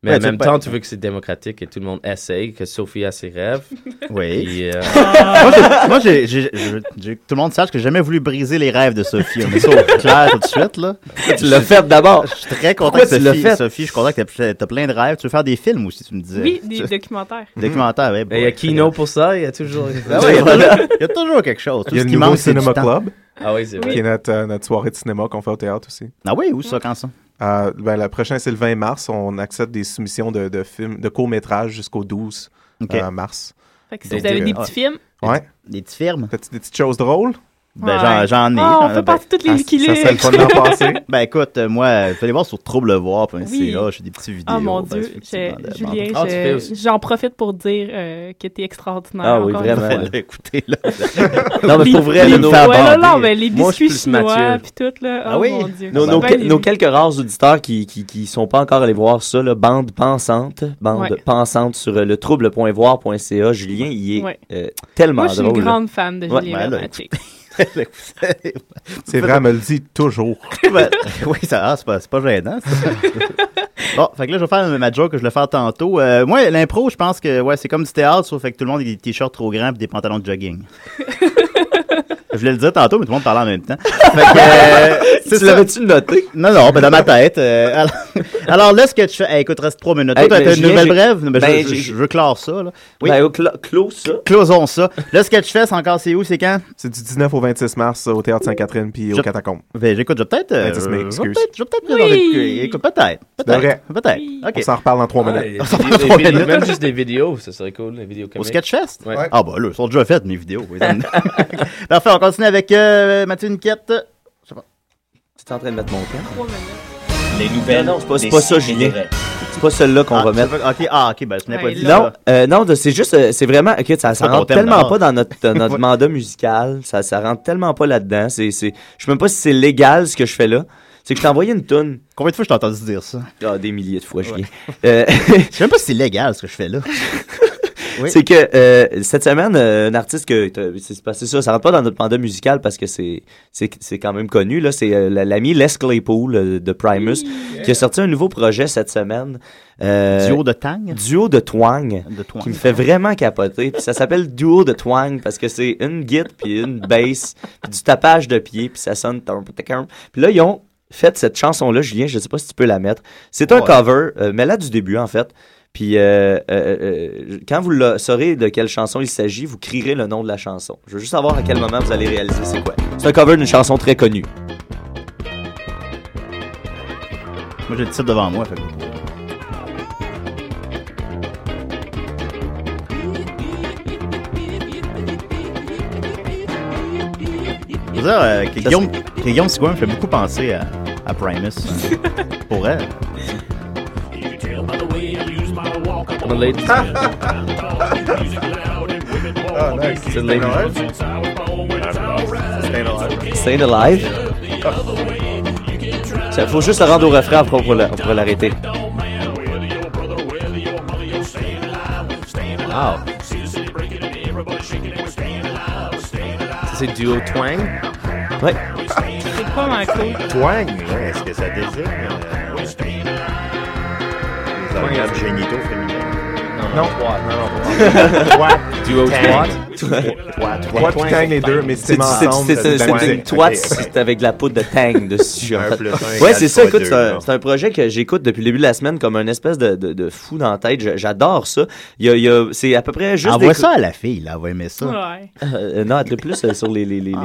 Speaker 8: Mais
Speaker 4: Ouais,
Speaker 8: en
Speaker 4: c'est
Speaker 8: même
Speaker 4: pas-
Speaker 8: temps, tu veux que c'est démocratique et tout le monde essaye, que Sophie a ses rêves.
Speaker 4: Oui.
Speaker 8: Puis, euh,
Speaker 4: Moi, j'ai- moi, j'ai, j'ai- je- j'ai- que tout le monde sache que j'ai jamais voulu briser les rêves de Sophie. On est ça au clair tout de suite, là.
Speaker 5: Tu l'as fait d'abord.
Speaker 4: Je suis très content
Speaker 5: Pourquoi
Speaker 4: que
Speaker 5: tu l'as
Speaker 4: Sophie,
Speaker 5: fait?
Speaker 4: Sophie, je suis content que t'as, t'as plein de rêves. Tu veux faire des films aussi, tu me disais.
Speaker 6: Oui, des
Speaker 4: Tu-
Speaker 6: documentaires.
Speaker 4: documentaires, ouais.
Speaker 8: Ben, Il y a Kino pour ça, il y a toujours.
Speaker 4: Ben ouais, il y a toujours- il y a toujours quelque chose. Tout
Speaker 9: Il y a
Speaker 4: ce
Speaker 9: le
Speaker 4: qui
Speaker 9: nouveau
Speaker 4: manque, c'est du
Speaker 9: Cinema
Speaker 4: temps.
Speaker 9: Club,
Speaker 8: Ah oui, c'est
Speaker 9: qui
Speaker 8: vrai.
Speaker 9: est notre, euh, notre soirée de cinéma qu'on fait au théâtre aussi.
Speaker 4: Ah oui, où ça, quand ça?
Speaker 9: Euh, ben, la prochaine, c'est le 20 mars. On accepte des soumissions de, de films, de courts-métrages jusqu'au 12
Speaker 4: Ok.
Speaker 9: euh, mars.
Speaker 6: Fait que si
Speaker 9: Donc,
Speaker 6: vous avez
Speaker 9: euh,
Speaker 6: des
Speaker 4: ouais.
Speaker 6: petits films,
Speaker 9: Ouais.
Speaker 4: Des petits films?
Speaker 9: T'as-tu des petites choses drôles?
Speaker 4: Ben,
Speaker 6: Ouais.
Speaker 4: j'en, j'en ai.
Speaker 6: Ah,
Speaker 4: J'en
Speaker 6: on
Speaker 4: ai
Speaker 6: fait
Speaker 4: ben-
Speaker 6: partie de toutes
Speaker 9: Ah,
Speaker 6: les
Speaker 9: ça serait le
Speaker 6: Wikileaks.
Speaker 9: fun d'en passer.
Speaker 4: Ben écoute, euh, moi, vous allez voir sur troublevoir.ca,
Speaker 6: Oui.
Speaker 4: j'ai des petites vidéos.
Speaker 6: Oh mon
Speaker 4: ben,
Speaker 6: Dieu,
Speaker 4: effectivement,
Speaker 6: je-
Speaker 4: de-
Speaker 6: Julien,
Speaker 8: Ah, tu
Speaker 6: je-
Speaker 8: fais aussi.
Speaker 6: j'en profite pour dire euh, que t'es extraordinaire.
Speaker 5: Ah oui,
Speaker 6: encore
Speaker 4: Ben,
Speaker 5: vraiment.
Speaker 6: une
Speaker 5: Ouais.
Speaker 4: là, écoutez, là.
Speaker 5: Non, mais pour vrai,
Speaker 4: Les-
Speaker 5: là,
Speaker 4: les
Speaker 5: nos,
Speaker 4: femmes.
Speaker 6: fois. Ouais,
Speaker 4: abordé.
Speaker 6: là, là, mais les
Speaker 8: Moi, je suis
Speaker 6: biscuits
Speaker 8: plus
Speaker 6: chinois,
Speaker 8: Mathieu.
Speaker 6: puis tout, là.
Speaker 4: Ah
Speaker 6: oh
Speaker 4: oui?
Speaker 6: Mon Dieu.
Speaker 5: nos,
Speaker 6: C'est
Speaker 5: nos-
Speaker 6: bien
Speaker 5: que-
Speaker 6: les-
Speaker 5: nos quelques rares auditeurs qui, qui, qui sont pas encore allés voir ça, là, bande pensante, bande
Speaker 6: Ouais.
Speaker 5: pensante sur euh, le trouble.voir.ca. Julien, il est
Speaker 6: Ouais.
Speaker 5: euh, tellement
Speaker 6: Moi, je suis
Speaker 5: drôle.
Speaker 6: une
Speaker 5: là.
Speaker 6: grande fan de
Speaker 5: Ouais,
Speaker 6: Julien
Speaker 4: ben là,
Speaker 6: Bernatchez.
Speaker 9: C'est vrai, elle me le dit toujours.
Speaker 4: Ben, oui, ça, ah, c'est pas, c'est pas gênant. ça. bon, fait que là, je vais faire ma joke que je vais faire tantôt. Euh, moi, l'impro, je pense que ouais, c'est comme du théâtre, sauf fait que tout le monde a des t-shirts trop grands et des pantalons de jogging. je voulais le dire tantôt, mais tout le monde parlait en même temps. Fait que, euh, c'est
Speaker 5: Tu
Speaker 4: ça.
Speaker 5: l'avais-tu noté?
Speaker 4: Non, non, ben dans ma tête. euh, alors, alors là, ce que tu fais. Hey, écoute, reste trois minutes.
Speaker 5: Hey,
Speaker 4: Toi,
Speaker 5: ben,
Speaker 4: T'as une
Speaker 5: Julien,
Speaker 4: nouvelle
Speaker 5: j'ai-
Speaker 4: brève? Ben, je-
Speaker 5: ben,
Speaker 4: je,
Speaker 5: j'ai-
Speaker 4: je veux clore ça. Là. Oui.
Speaker 5: Ben, cl- clôt ça.
Speaker 4: Closons ça. Là, ce que tu fais, c'est encore c'est où, c'est quand?
Speaker 9: C'est du 19 au 26 mars au théâtre Sainte-Catherine puis
Speaker 4: Je-
Speaker 9: au Catacombe.
Speaker 4: Ben, j'écoute, je vais peut-être. euh,
Speaker 9: Ben, ça se met,
Speaker 4: je vais
Speaker 9: excuse.
Speaker 4: peut-être je vais peut-être
Speaker 6: Oui.
Speaker 4: présenter de quoi. Écoute, peut-être.
Speaker 9: vrai.
Speaker 4: Peut-être. Peut-être.
Speaker 9: On
Speaker 4: OK.
Speaker 9: s'en reparle dans trois
Speaker 8: Ouais,
Speaker 9: minutes.
Speaker 8: des vidéos- des vidéos- même juste des vidéos, ça serait cool, des vidéos
Speaker 4: Au
Speaker 8: comiques.
Speaker 4: Sketchfest?
Speaker 8: Ouais.
Speaker 4: Ah, bah là, ils sont déjà faites, mes vidéos. oui. Parfait, on continue avec euh, Mathieu Niquette.
Speaker 5: Tu es en train de mettre mon camp? Ben,
Speaker 6: Trois minutes.
Speaker 3: Les nouvelles.
Speaker 5: Non, c'est pas- c'est pas ça, Julien. C'est pas celle-là qu'on
Speaker 4: Ah,
Speaker 5: va mettre.
Speaker 4: ça fait- OK, ah, OK, ben, je n'ai pas
Speaker 6: Ouais,
Speaker 4: dit
Speaker 6: là.
Speaker 5: Non,
Speaker 4: ça.
Speaker 5: euh, non, de- c'est juste, euh, c'est vraiment, ok, ça,
Speaker 4: C'est pas
Speaker 5: ça
Speaker 4: ton
Speaker 5: rentre
Speaker 4: thème,
Speaker 5: tellement
Speaker 4: d'abord.
Speaker 5: pas dans notre, dans notre
Speaker 4: Ouais.
Speaker 5: mandat musical, ça, ça rentre tellement pas là-dedans. C'est, c'est, je sais même pas si c'est légal ce que je fais là. C'est que je t'ai envoyé une toune.
Speaker 4: Combien de fois je t'ai entendu dire ça?
Speaker 5: Ah, des milliers de fois, Julien. Euh,
Speaker 4: Je sais même pas si c'est légal ce que je fais là. Oui.
Speaker 5: c'est que euh, cette semaine, euh, un artiste que t'as- c'est c'est pas- c'est ça, ça rentre pas dans notre mandat musical parce que c'est c'est c'est quand même connu là. C'est euh, la- l'ami Les Claypool euh, de Primus qui a sorti un nouveau projet cette semaine. Euh,
Speaker 4: Duo de Tang?
Speaker 5: duo de twang.
Speaker 4: De Twang.
Speaker 5: qui me fait vraiment capoter. Puis ça s'appelle duo de twang parce que c'est une git puis une bass puis du tapage de pied puis ça sonne tum, tum, tum. Puis là ils ont fait cette chanson là, Julien, je sais pas si tu peux la mettre. C'est un
Speaker 4: Ouais.
Speaker 5: cover, euh, mais là du début en fait. Puis euh, euh, euh, quand vous le saurez de quelle chanson il s'agit, vous crierez le nom de la chanson. Je veux juste savoir à quel moment vous allez réaliser c'est quoi. C'est un cover d'une chanson très connue.
Speaker 4: Moi, j'ai le titre devant moi. Fait. que- Je veux dire, euh, que Guillaume, que Guillaume Sigouin me fait beaucoup penser à, à Primus. hein. Pour elle.
Speaker 8: I'm a lady. C'est
Speaker 5: Staying
Speaker 8: de lady.
Speaker 5: Alive. Ça, faut juste le rendre au refrain après on pourra la- on pourra l'arrêter.
Speaker 8: Ça, C'est duo twang.
Speaker 5: Ouais.
Speaker 6: C'est vraiment cool.
Speaker 7: Twang, ouais, est-ce que ça désigne euh, les organes génitaux féminins?
Speaker 8: Non, non,
Speaker 7: Twang.
Speaker 8: Duo twat.
Speaker 9: Twat puis tang, les deux, mais si t'es ensemble,
Speaker 5: C'est c'est-
Speaker 9: ça devient-
Speaker 5: c'est- c'est une
Speaker 9: Ok,
Speaker 5: twat
Speaker 9: ok.
Speaker 5: c'est avec de la poudre de tang dessus. en
Speaker 9: Un
Speaker 5: fait.
Speaker 9: plus un
Speaker 5: ouais,
Speaker 9: égale
Speaker 5: c'est ça,
Speaker 9: fois
Speaker 5: écoute,
Speaker 9: deux,
Speaker 5: c'est un,
Speaker 9: là.
Speaker 5: c'est un projet que j'écoute depuis le début de la semaine comme un espèce de, de, de fou dans la tête. J- J'adore ça. Il y a, il y a- c'est à peu près juste.
Speaker 4: Envoie
Speaker 5: des-
Speaker 4: ça à la fille, là. Elle va aimer ça.
Speaker 6: Ouais.
Speaker 5: Euh, euh, non, elle tripe plus euh, sur les,
Speaker 9: Ah
Speaker 5: les, les, les,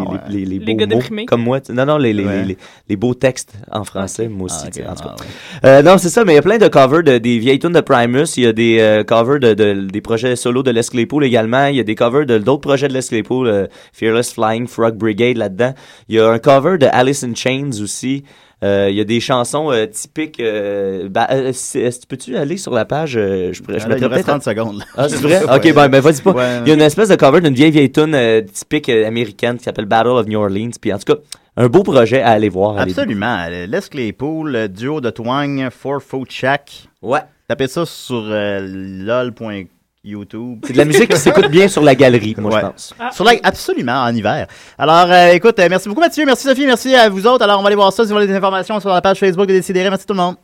Speaker 5: les, les,
Speaker 6: Les
Speaker 5: beaux
Speaker 6: gars
Speaker 5: mots,
Speaker 6: déprimés.
Speaker 5: comme moi. tu- Non, non, les, les,
Speaker 4: Ouais.
Speaker 5: les, les, les beaux textes en français, moi aussi.
Speaker 4: Ah,
Speaker 5: tu sais,
Speaker 4: ok,
Speaker 5: en tout cas.
Speaker 4: ah, ouais.
Speaker 5: Euh, non, c'est ça, mais il y a plein de covers de, des vieilles tunes de Primus. Il y a des euh, covers de, de- des projets solo de Lesclaypool également. Il y a des covers de d'autres projets de Lesclaypool, euh, Fearless Flying, Frog Brigade là-dedans. Il y a un cover de Alice in Chains aussi. Euh, Il y a des chansons euh, typiques. euh, bah, euh, c'est- est-ce que peux-tu aller sur la page? euh, je pourrais- je
Speaker 4: Ah, là, il
Speaker 5: mettrais
Speaker 4: nous reste
Speaker 5: peut-être-
Speaker 4: 30 secondes, là.
Speaker 5: Ah, c'est vrai?
Speaker 4: Ouais.
Speaker 5: Ok, ben, ben, vas-y pas.
Speaker 4: Ouais.
Speaker 5: Il y a une espèce de cover d'une vieille vieille tune euh, typique euh, américaine qui s'appelle Battle of New Orleans. Puis en tout cas, un beau projet à aller voir. allez-y.
Speaker 4: Absolument. Les Claypool, le duo de Twang, Four Foot Shack.
Speaker 5: Ouais.
Speaker 4: Tapez ça sur euh, lol.youtube.
Speaker 5: C'est de la musique qui s'écoute bien sur la galerie, moi, je
Speaker 4: Ouais.
Speaker 5: pense.
Speaker 4: Ah. Sur la- absolument, en hiver. Alors, euh, écoute, euh, merci beaucoup Mathieu, merci Sophie, merci à vous autres. Alors, on va aller voir ça. Si vous voulez des informations sur la page Facebook de Décidéré, merci tout le monde.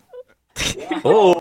Speaker 5: Oh!